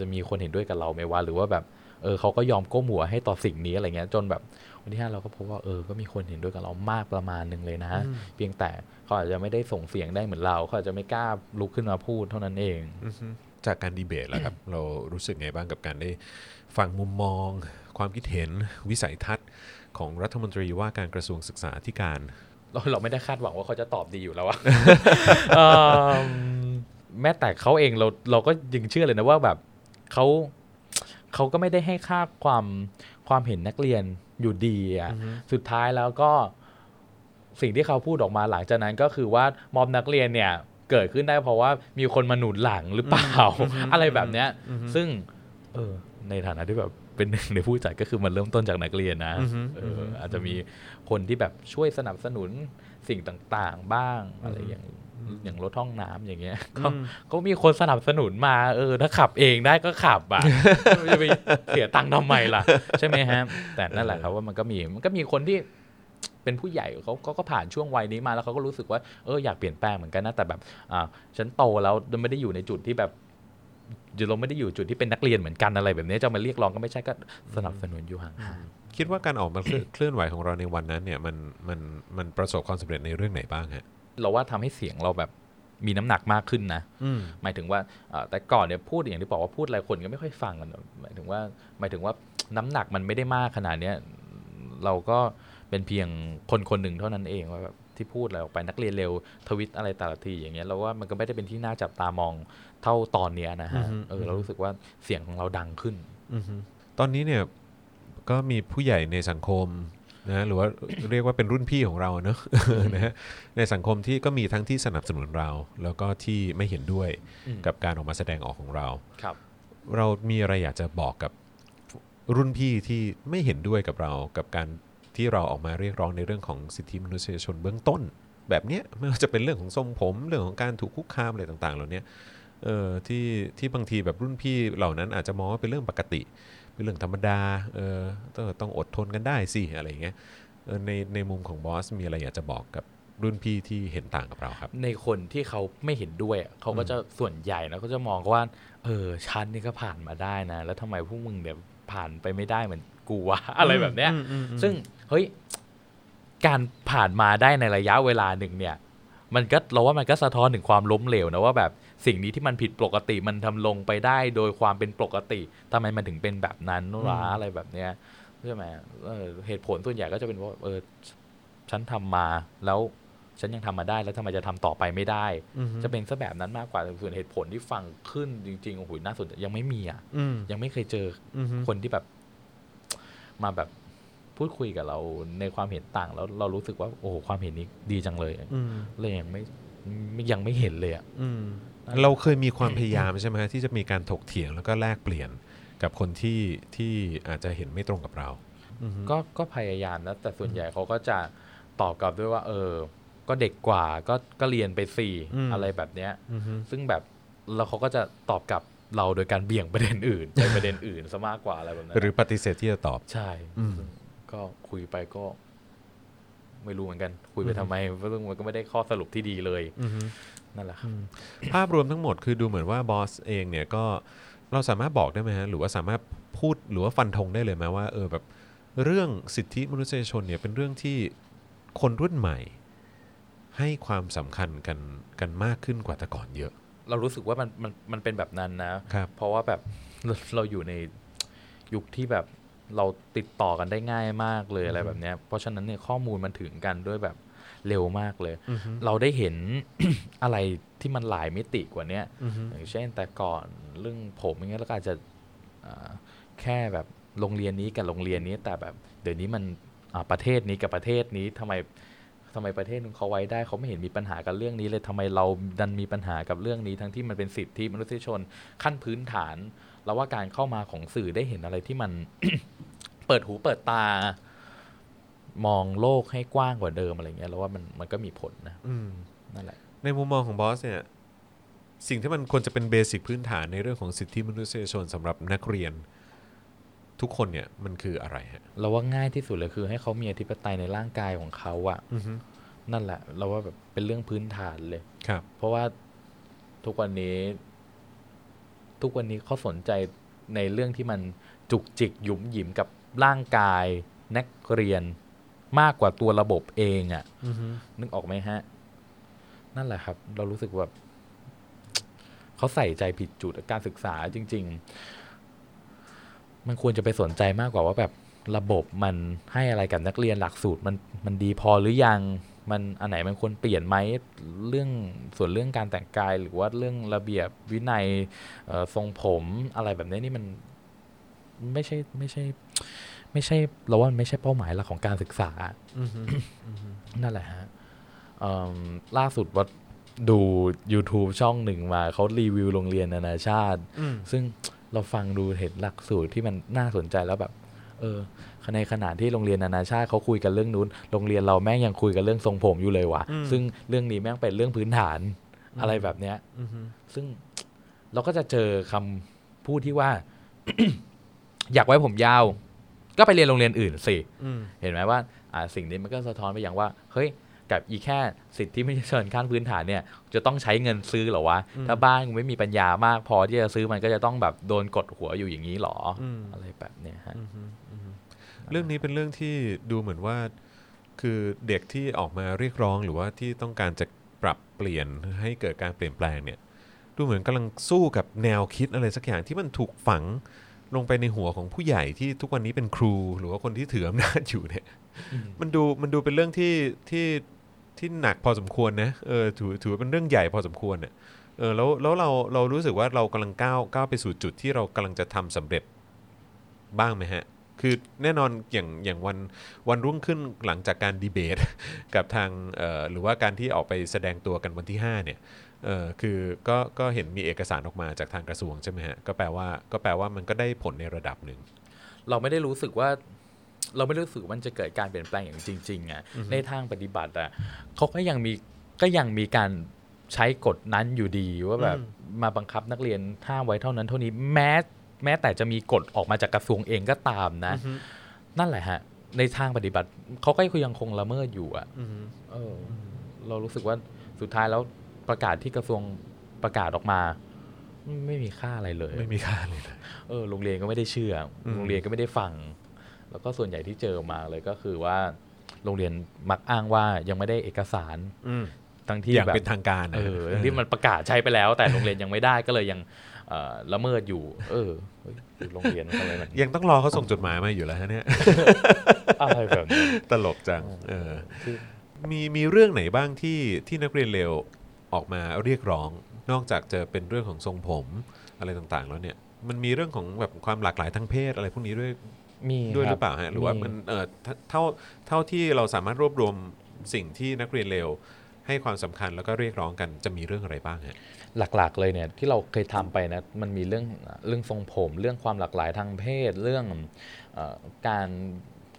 Speaker 2: จะมีคนเห็นด้วยกับเราไหมวะหรือว่าแบบ เออเขาก็ยอมก้มหัวให้ต่อสิ่งนี้อะไรเงี้ย จนแบบวันที่ห้าเราก็พบว่าเออก็มีคนเห็นด้วยกับเรามากประมาณหนึ่งเลยนะ
Speaker 1: อืม
Speaker 2: เพียงแต่เขาอาจจะไม่ได้ส่งเสียงได้เหมือนเราเขาอาจจะไม่กล้าลุกขึ้นมาพูดเท่านั้นเอง
Speaker 1: อือฮึจากการดีเบตแล้ว
Speaker 2: [COUGHS]
Speaker 1: ครับ เรารู้สึกไงบ้างกับการได้ฟังมุมมอง ความคิดเห็นวิสัยทัศน์ของรัฐมนตรีว่าการกระทรวงศึกษาธิการ
Speaker 2: เรา [LAUGHS] เราไม่ได้คาดหวังว่าเขาจะตอบดีอยู่ [LAUGHS] แล้วอะ เอิ่มแม้แต่เขาเองเราเราก็ยังเชื่อเลยนะว่าแบบเขาเขาก็ไม่ได้ให้ค่าความความเห็นนักเรียนอยู่ดีอะสุดท้ายแล้วก็สิ่งที่เขาพูดออกมาหลังจากนั้นก็คือว่ามอมนักเรียนเนี่ยเกิดขึ้นได้เพราะว่ามีคนมาหนุนหลังหรือเปล่า [LAUGHS] อะไรแบบเนี้ย ซึ่ง เออ ในฐานะที่แบบเป็น [LAUGHS] หนึ่งในผู้จัดก็คือมันเริ่มต้นจากนักเรียนนะ
Speaker 1: อือฮึ
Speaker 2: เอออาจจะมีคนที่แบบช่วยสนับสนุนสิ่งต่างๆ บ้างอะไรอย่างอย่างรถห้องน้ำอย่างเงี้ยก็ก็มีคนสนับสนุนมา เออ ถ้าขับเองได้ก็ขับ [LAUGHS] อ่ะ จะไปเสียตังค์ทำไมล่ะ ใช่ไหมฮะ แต่นั่นแหละครับว่ามันก็มีมันก็มีคนที่ เป็นผู้ใหญ่เขาเขาก็ผ่านช่วงวัยนี้มาแล้วเขาก็รู้สึกว่าเอออยากเปลี่ยนแปลงเหมือนกันนะแต่แบบอ่าฉันโตแล้วไม่ได้อยู่ในจุดที่แบบเราไม่ได้อยู่จุดที่เป็นนักเรียนเหมือนกันอะไรแบบนี้จะมาเรียกร้องก็ไม่ใช่ก็สนับสนุนอยู่ห่าง
Speaker 1: คิดว่าการออกมาเคลื่อน
Speaker 2: [COUGHS]
Speaker 1: เคลื่อนไหวของเราในวันนั้นเนี่ยมันมันมันประสบความสำเร็จในเรื่องไหนบ้างฮะ
Speaker 2: ๆเราว่าทำให้เสียงเราแบบมีน้ำหนักมากขึ้นนะ หมายถึงว่าเอ่อแต่ก่อนเนี่ยพูดอย่างที่บอกว่าพูดหลายคนก็ไม่ค่อยฟังกันหมายถึงว่าหมายถึงว่าน้ำหนักมันไม่ได้มากขนาดเนี้ยเราก็เป็นเพียงคนคนหนึ่งเท่านั้นเองว่าแบบที่พูดอะไรออกไปนักเรียนเร็วทวิตอะไรแต่ละทีอย่างเงี้ยเราว่ามันก็ไม่ได้เป็นที่น่าจับตามองเท่าตอนเนี้ยนะฮะ
Speaker 1: อือฮึ
Speaker 2: เออเรารู้สึกว่าเสียงของเราดังขึ้น
Speaker 1: ตอนนี้เนี่ยก็มีผู้ใหญ่ในสังคมนะหรือว่า [COUGHS] เรียกว่าเป็นรุ่นพี่ของเราเนอะ [LAUGHS] นะฮะในสังคมที่ก็มีทั้งที่สนับสนุนเรา แล้วก็ที่ไม่เห็นด้วย
Speaker 2: อืม
Speaker 1: กับการออกมาแสดงออกของเรา
Speaker 2: ครับ
Speaker 1: เรามีอะไรอยากจะบอกกับรุ่นพี่ที่ไม่เห็นด้วยกับเรา กับการที่เราออกมาเรียกร้องในเรื่องของสิทธิมนุษยชนเบื้องต้น แบบเนี้ยไม่ว่าจะเป็นเรื่องของทรงผมเรื่องของการถูกคุกคามอะไรต่างๆ เหล่าเนี้ยเออที่ที่บางทีแบบรุ่นพี่เหล่านั้นอาจจะมองว่าเป็นเรื่องปกติ เป็นเรื่องธรรมดาเออต้องต้องอดทนกันได้สิอะไรอย่างเงี้ยเออในในมุมของบอสมีอะไรอยากจะบอกกับรุ่นพี่ที่เห็นต่างกับเราครับ
Speaker 2: ในคนที่เขาไม่เห็นด้วยอะเขาก็จะส่วนใหญ่นะเขาจะมองว่า เออฉันนี่ก็ผ่านมาได้นะ แล้วทำไมพวกมึงเนี่ยผ่านไปไม่ได้เหมือนกูวะ อะไรแบบเนี้ย ซึ่งเฮ้ยการผ่านมาได้ในระยะเวลาหนึ่งเนี่ย มันก็เราว่ามันก็สะท้อนถึงความล้มเหลวนะว่าแบบสิ่งนี้ที่มันผิดปกติมันทำลงไปได้โดยความเป็นปกติทำไมมันถึงเป็นแบบนั้นวะ
Speaker 1: อืม
Speaker 2: อะไรแบบเนี้ยใช่ไหมเออเหตุผลส่วนใหญ่ก็จะเป็นว่าเออฉันทำมาแล้วฉันยังทำมาได้แล้วทำไมจะทำต่อไปไม่ได้
Speaker 1: อือฮึ
Speaker 2: จะเป็นซะแบบนั้นมากกว่าส่วนเหตุผลที่ฟังขึ้นจริงๆโอ้โหน่าสนใจยังไม่มีอ่ะ
Speaker 1: อืม
Speaker 2: ยังไม่เคยเจอ
Speaker 1: อือฮึ
Speaker 2: คนที่แบบ มาแบบพูดคุยกับเราในความเห็นต่างแล้วเรารู้สึกว่า โอ้โหความเห็นนี้ดีจังเลย
Speaker 1: อืม
Speaker 2: เลยยังไม่ไม่ยังไม่เห็นเลยอ่ะ
Speaker 1: อืม
Speaker 2: นั่นแหละ
Speaker 1: เราเคยมีความพยายามใช่ไหมฮะที่จะมีการถกเถียงแล้วก็แลกเปลี่ยนกับคนที่ที่อาจจะเห็นไม่ตรงกับเราอือฮึ
Speaker 2: ก็ก็พยายามนะแต่ส่วนใหญ่เขาก็จะตอบกลับด้วยว่า เออ ก็เด็กกว่าก็ก็เรียนไปสี่อะไรแบบเนี้ย
Speaker 1: อือฮึ
Speaker 2: ซึ่งแบบแล้วเขาก็จะตอบกลับเราโดยการเบี่ยงประเด็นอื่น [LAUGHS] ไปประเด็นอื่นซะมากกว่าอะไรแบบนั้น
Speaker 1: หรือปฏิเสธที่จะตอบ
Speaker 2: ใช่
Speaker 1: อืม
Speaker 2: ซึ่งก็คุยไปก็ ไม่รู้เหมือนกัน คุยไปทำไมเพราะมันก็ไม่ได้ข้อสรุปที่ดีเลย
Speaker 1: อือฮึ
Speaker 2: นั่นแหละครับ
Speaker 1: ภาพรวมทั้งหมดคือดูเหมือนว่าบอสเองเนี่ยก็เราสามารถบอกได้ไหมฮะหรือว่าสามารถพูดหรือว่าฟันธงได้เลยไหมว่าเออแบบเรื่องสิทธิมนุษยชนเนี่ยเป็นเรื่องที่คนรุ่นใหม่ ให้ความสำคัญกันกันมากขึ้นกว่าแต่ก่อนเยอะ
Speaker 2: เรารู้สึกว่ามันมันมันเป็นแบบนั้นนะ
Speaker 1: ครับ
Speaker 2: เพราะว่าแบบ [LAUGHS] เราเราอยู่ในยุคที่แบบเราติดต่อกันได้ง่ายมากเลยอะไรแบบเนี้ย เพราะฉะนั้นเนี่ยข้อมูลมันถึงกันด้วยแบบเร็วมากเลย เราได้เห็น [CLEARS THROAT] อะไรที่มันหลายมิติกว่าเนี้ย อย่างเช่นแต่ก่อนเรื่องผมอย่างเงี้ยแล้วก็อาจจะอ่าแค่แบบโรงเรียนนี้กับโรงเรียนนี้ แต่แบบเดี๋ยวนี้มันอ่าประเทศนี้กับประเทศนี้ทำไมทำไมประเทศนึงเขาไว้ได้เขาไม่เห็นมีปัญหากับเรื่องนี้เลยทำไมเราดันมีปัญหากับเรื่องนี้ทั้งที่มันเป็นสิทธิมนุษยชนขั้นพื้นฐานแล้วว่าการเข้ามาของสื่อได้เห็นอะไรที่มัน [COUGHS] เปิดหูเปิดตา มองโลกให้กว้างกว่าเดิมอะไรเงี้ยแล้วว่ามันมันก็มีผลนะนั่นแหละ
Speaker 1: ในมุมมองของบอสเนี่ยสิ่งที่มันควรจะเป็นเบสิกพื้นฐานในเรื่องของสิทธิมนุษยชนสำหรับนักเรียน ทุกคนเนี่ยมันคืออะไรฮะ
Speaker 2: เราว่าง่ายที่สุดเลยคือให้เขามีอธิปไตยในร่างกายของเขาอะนั่นแหละ เราว่าแบบเป็นเรื่องพื้นฐานเลย
Speaker 1: ครับ
Speaker 2: เพราะว่าทุกวันนี้ ทุกวันนี้เขาสนใจในเรื่องที่มันจุกจิกหยุมหยิมกับร่างกาย นักเรียนมากกว่าตัวระบบเองอะนึกออกไหมฮะ นั่นแหละครับ เรารู้สึกแบบ เขาใส่ใจผิดจุดการศึกษาจริง ๆ มันควรจะไปสนใจมากกว่าว่าแบบระบบมันให้อะไรกับนักเรียนหลักสูตร มันมันดีพอหรือยัง มันอันไหนมันควรเปลี่ยนไหมเรื่องส่วนเรื่องการแต่งกาย หรือว่าเรื่องระเบียบวินัยเอ่อทรงผมอะไรแบบนี้นี่มันไม่ใช่ไม่ใช่ ไม่ใช่เราว่ามันไม่ใช่เป้าหมายหลักของการศึกษา นั่นแหละฮะเอิ่มล่าสุดว่าดู YouTube ช่องหนึ่งมาเขารีวิวโรงเรียนนานาชาติ ซึ่งเราฟังดูเห็นหลักสูตรที่มันน่าสนใจแล้วแบบ เออในขณะที่โรงเรียนนานาชาติเขาคุยกันเรื่องนู้น โรงเรียนเราแม่งยังคุยกันเรื่องทรงผมอยู่เลยว่ะ ซึ่งเรื่องนี้แม่งเป็นเรื่องพื้นฐานอะไรแบบเนี้ย ซึ่งเราก็จะเจอคำพูดที่ว่า [COUGHS] อยากไว้ผมยาว ก็ไปเรียนโรงเรียนอื่นสิ เห็นไหมว่าอ่าสิ่งนี้มันก็สะท้อนไปอย่างว่า เฮ้ย กับอีแค่สิทธิมนุษยชนขั้นพื้นฐานเนี่ย จะต้องใช้เงินซื้อเหรอวะ ถ้าบ้านมึงไม่มีปัญญามากพอที่จะซื้อมันก็จะต้องแบบโดนกดหัวอยู่อย่างนี้เหรออ
Speaker 1: ม
Speaker 2: อะไรแบบเนี้ยฮะ
Speaker 1: เรื่องนี้เป็นเรื่องที่ดูเหมือนว่าคือเด็กที่ออกมาเรียกร้องหรือว่าที่ต้องการจะปรับเปลี่ยนให้เกิดการเปลี่ยนแปลงเนี่ยดูเหมือนกำลังสู้กับแนวคิดอะไรสักอย่างที่มันถูกฝังลงไปในหัวของผู้ใหญ่ที่ทุกวันนี้เป็นครู หรือว่าคนที่ถืออำนาจอยู่เนี่ยมันดูมันดูเป็นเรื่องที่ที่ที่หนักพอสมควรนะเออถือถือว่าเป็นเรื่องใหญ่พอสมควรเนี่ยเออแล้วแล้วเราเรารู้สึกว่าเรากำลังก้าวก้าวไปสู่จุดที่เรากำลังจะทำสำเร็จ บ้างไหมฮะ คือแน่นอนอย่างอย่างวันวันรุ่งขึ้นหลังจากการดีเบต [LAUGHS] กับทางเอ่อหรือว่าการที่ออกไปแสดงตัวกันวันที่ 5 เนี่ยเอ่อคือก็ก็เห็นมีเอกสารออกมาจากทางกระทรวงใช่ไหมฮะ ก็แปลว่าก็แปลว่ามันก็ได้ผลในระดับหนึ่ง
Speaker 2: เราไม่ได้รู้สึกว่า เราไม่รู้สึกว่ามันจะเกิดการเปลี่ยนแปลงอย่างจริงๆอ่ะในทางปฏิบัติอ่ะเขาก็ยังมีก็ยังมีการใช้กฎนั้นอยู่ดีว่าแบบมาบังคับนักเรียนห้ามไว้เท่านั้นเท่านี้แม้แม้แต่จะมีกฎออกมาจากกระทรวงเองก็ตามนะ นั่นแหละฮะ ในทางปฏิบัติเขาก็ยังคงละเมิดอยู่อ่ะ เอออเรารู้สึกว่าสุดท้ายแล้วประกาศที่กระทรวงประกาศออกมา ไม่ไม่มีค่าอะไรเลย
Speaker 1: ไม่มีค่าเลยนะ
Speaker 2: เออโรงเรียนก็ไม่ได้เชื่ออ
Speaker 1: ม
Speaker 2: โรงเรียนก็ไม่ได้ฟัง แล้วก็ส่วนใหญ่ที่เจอมาเลยก็คือว่า โรงเรียนมักอ้างว่ายังไม่ได้เอกสารทั้งที่
Speaker 1: อย่าง
Speaker 2: แบบ
Speaker 1: เป็นทางการนะ
Speaker 2: เออทั้งที่มันประกาศใช้ไปแล้ว แต่โรงเรียนยังไม่ได้ก็เลยยังเอ่อละเมิดอยู่ เออเฮ้ยโรงเรียนอะไรแบบนี้
Speaker 1: ยังต้องรอเขาส่งจดหมายมาอยู่แล้วฮะเนี่ย [LAUGHS]
Speaker 2: อะไรแบบนี้
Speaker 1: ตลกจังเออ
Speaker 2: คือ
Speaker 1: มีมีเรื่องไหนบ้างที่ที่นักเรียนเลวออกมาเรียกร้อง นอกจากจะเป็นเรื่องของทรงผมอะไรต่างๆ แล้วเนี่ย มันมีเรื่องของแบบความหลากหลายทางเพศอะไรพวกนี้ด้วย
Speaker 2: มี
Speaker 1: ด้วยห
Speaker 2: ค
Speaker 1: รื
Speaker 2: รั
Speaker 1: อบ เปล่าฮะหรือว่ามันเออเท่าเท่าเท่าที่เราสามารถรวบรวมสิ่งที่นักเรียนเลวให้ความสำคัญแล้วก็เรียกร้องกันจะมีเรื่องอะไรบ้างฮะ
Speaker 2: หลักๆเลยเนี่ยที่เราเคยทำไปนะมันมีเรื่องเรื่องทรงผม เรื่องความหลากหลายทางเพศ เรื่องเออการ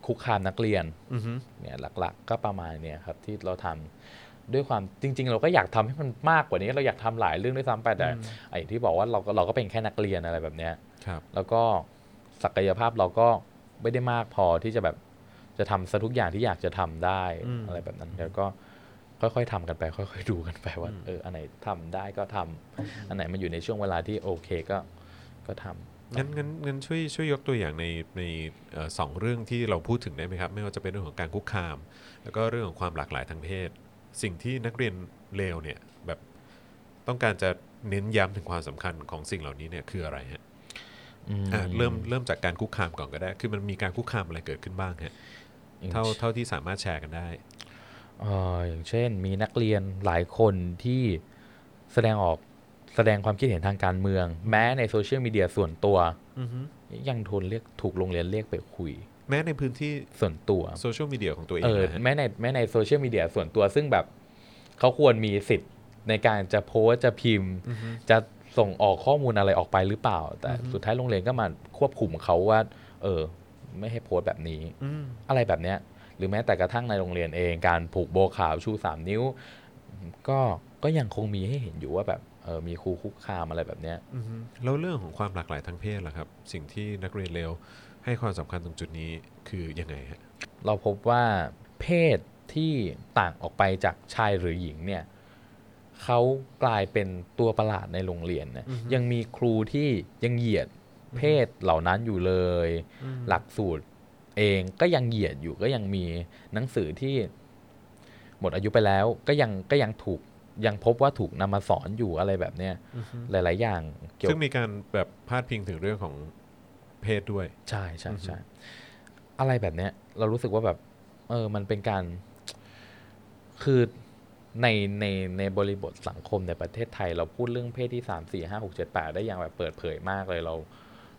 Speaker 2: คุกคามนักเรียน
Speaker 1: อือฮึ
Speaker 2: เนี่ยหลักๆก็ประมาณเนี่ยครับที่เราทำด้วยความจริง ๆ เราก็อยากทำให้มันมากกว่านี้เราอยากทำหลายเรื่องด้วยซ้ำไปแต่ไอ้ที่บอกว่าเราก็เราก็เป็นแค่นักเรียนอะไรแบบเนี้ย
Speaker 1: ครับ
Speaker 2: แล้วก็ศักยภาพเราก็ไม่ได้มากพอที่จะแบบจะทำซะทุกอย่างที่อยากจะทำได้
Speaker 1: อืม
Speaker 2: อะไรแบบนั้นแล้วก็ค่อยๆทำกันไป ค่อยๆดูกันไปว่าเอออันไหนทำได้ก็ทำอันไหนมันอยู่ในช่วงเวลาที่โอเคก็ก็ทำ
Speaker 1: งั้นงั้นงั้นช่วยช่วยยกตัวอย่างในในเอ่อสองเรื่องที่เราพูดถึงได้ไหมครับ ไม่ว่าจะเป็นเรื่องของการคุกคาม แล้วก็เรื่องของความหลากหลายทางเพศ สิ่งที่นักเรียนเลวเนี่ยแบบต้องการจะเน้นย้ำถึงความสำคัญของสิ่งเหล่านี้เนี่ยคืออะไรฮะอ่ะเริ่มเริ่มจากการคุกคามก่อนก็ได้ คือมันมีการคุกคามอะไรเกิดขึ้นบ้างฮะเท่าเท่าที่สามารถแชร์กันได้
Speaker 2: เอ่ออย่างเช่นมีนักเรียนหลายคนที่แสดงออกแสดงความคิดเห็นทางการเมือง แม้ในโซเชียลมีเดียส่วนตัว ยังทนเรียกถูกโรงเรียนเรียกไปคุย
Speaker 1: แม้ในพื้นที่
Speaker 2: ส่วนตัว
Speaker 1: โซเชียลมีเดียของตัวเอง
Speaker 2: เออ
Speaker 1: นะฮะ
Speaker 2: แม้ในแม้ในโซเชียลมีเดียส่วนตัวซึ่งแบบเขาควรมีสิทธิ์ในการจะโพสต์จะพิมพ์ จะส่งออกข้อมูลอะไรออกไปหรือเปล่า แต่สุดท้ายโรงเรียนก็มาควบคุมเขาว่า เออ ไม่ให้โพสต์แบบนี้ อะไรแบบเนี้ยหรือแม้แต่กระทั่งในโรงเรียนเองการผูกโบว์ขาวชู 3 นิ้ว ก็ก็ยังคงมีให้เห็นอยู่ว่าแบบเออมีครูคุกคามอะไรแบบเนี้ย
Speaker 1: อือฮึแล้วเรื่องของความหลากหลายทางเพศล่ะครับ สิ่งที่นักเรียนเลวให้ความสำคัญตรงจุดนี้คือยังไงฮะ
Speaker 2: เราพบว่าเพศที่ต่างออกไปจากชายหรือหญิงเนี่ยเขากลายเป็นตัวประหลาดในโรงเรียนนะยังมีครูที่ยังเหยียดเพศเหล่านั้นอยู่เลย หลักสูตรเองก็ยังเหยียดอยู่ก็ยังมีหนังสือที่หมดอายุไปแล้วก็ยังก็ยังถูกยังพบว่าถูกนำมาสอนอยู่อะไรแบบเนี้ยหลาย ๆ อย่างเกี่ยว
Speaker 1: ซึ่งมีการแบบพาดพิงถึงเรื่องของเพศด้วย
Speaker 2: ใช่ใช่ใช่อะไรแบบเนี้ย เรารู้สึกว่าแบบ เออ มันเป็นการ คือในในในบริบทสังคมในประเทศไทย เราพูดเรื่องเพศที่สามสี่ห้าหกเจ็ดแปดได้อย่างแบบเปิดเผยมากเลยเรา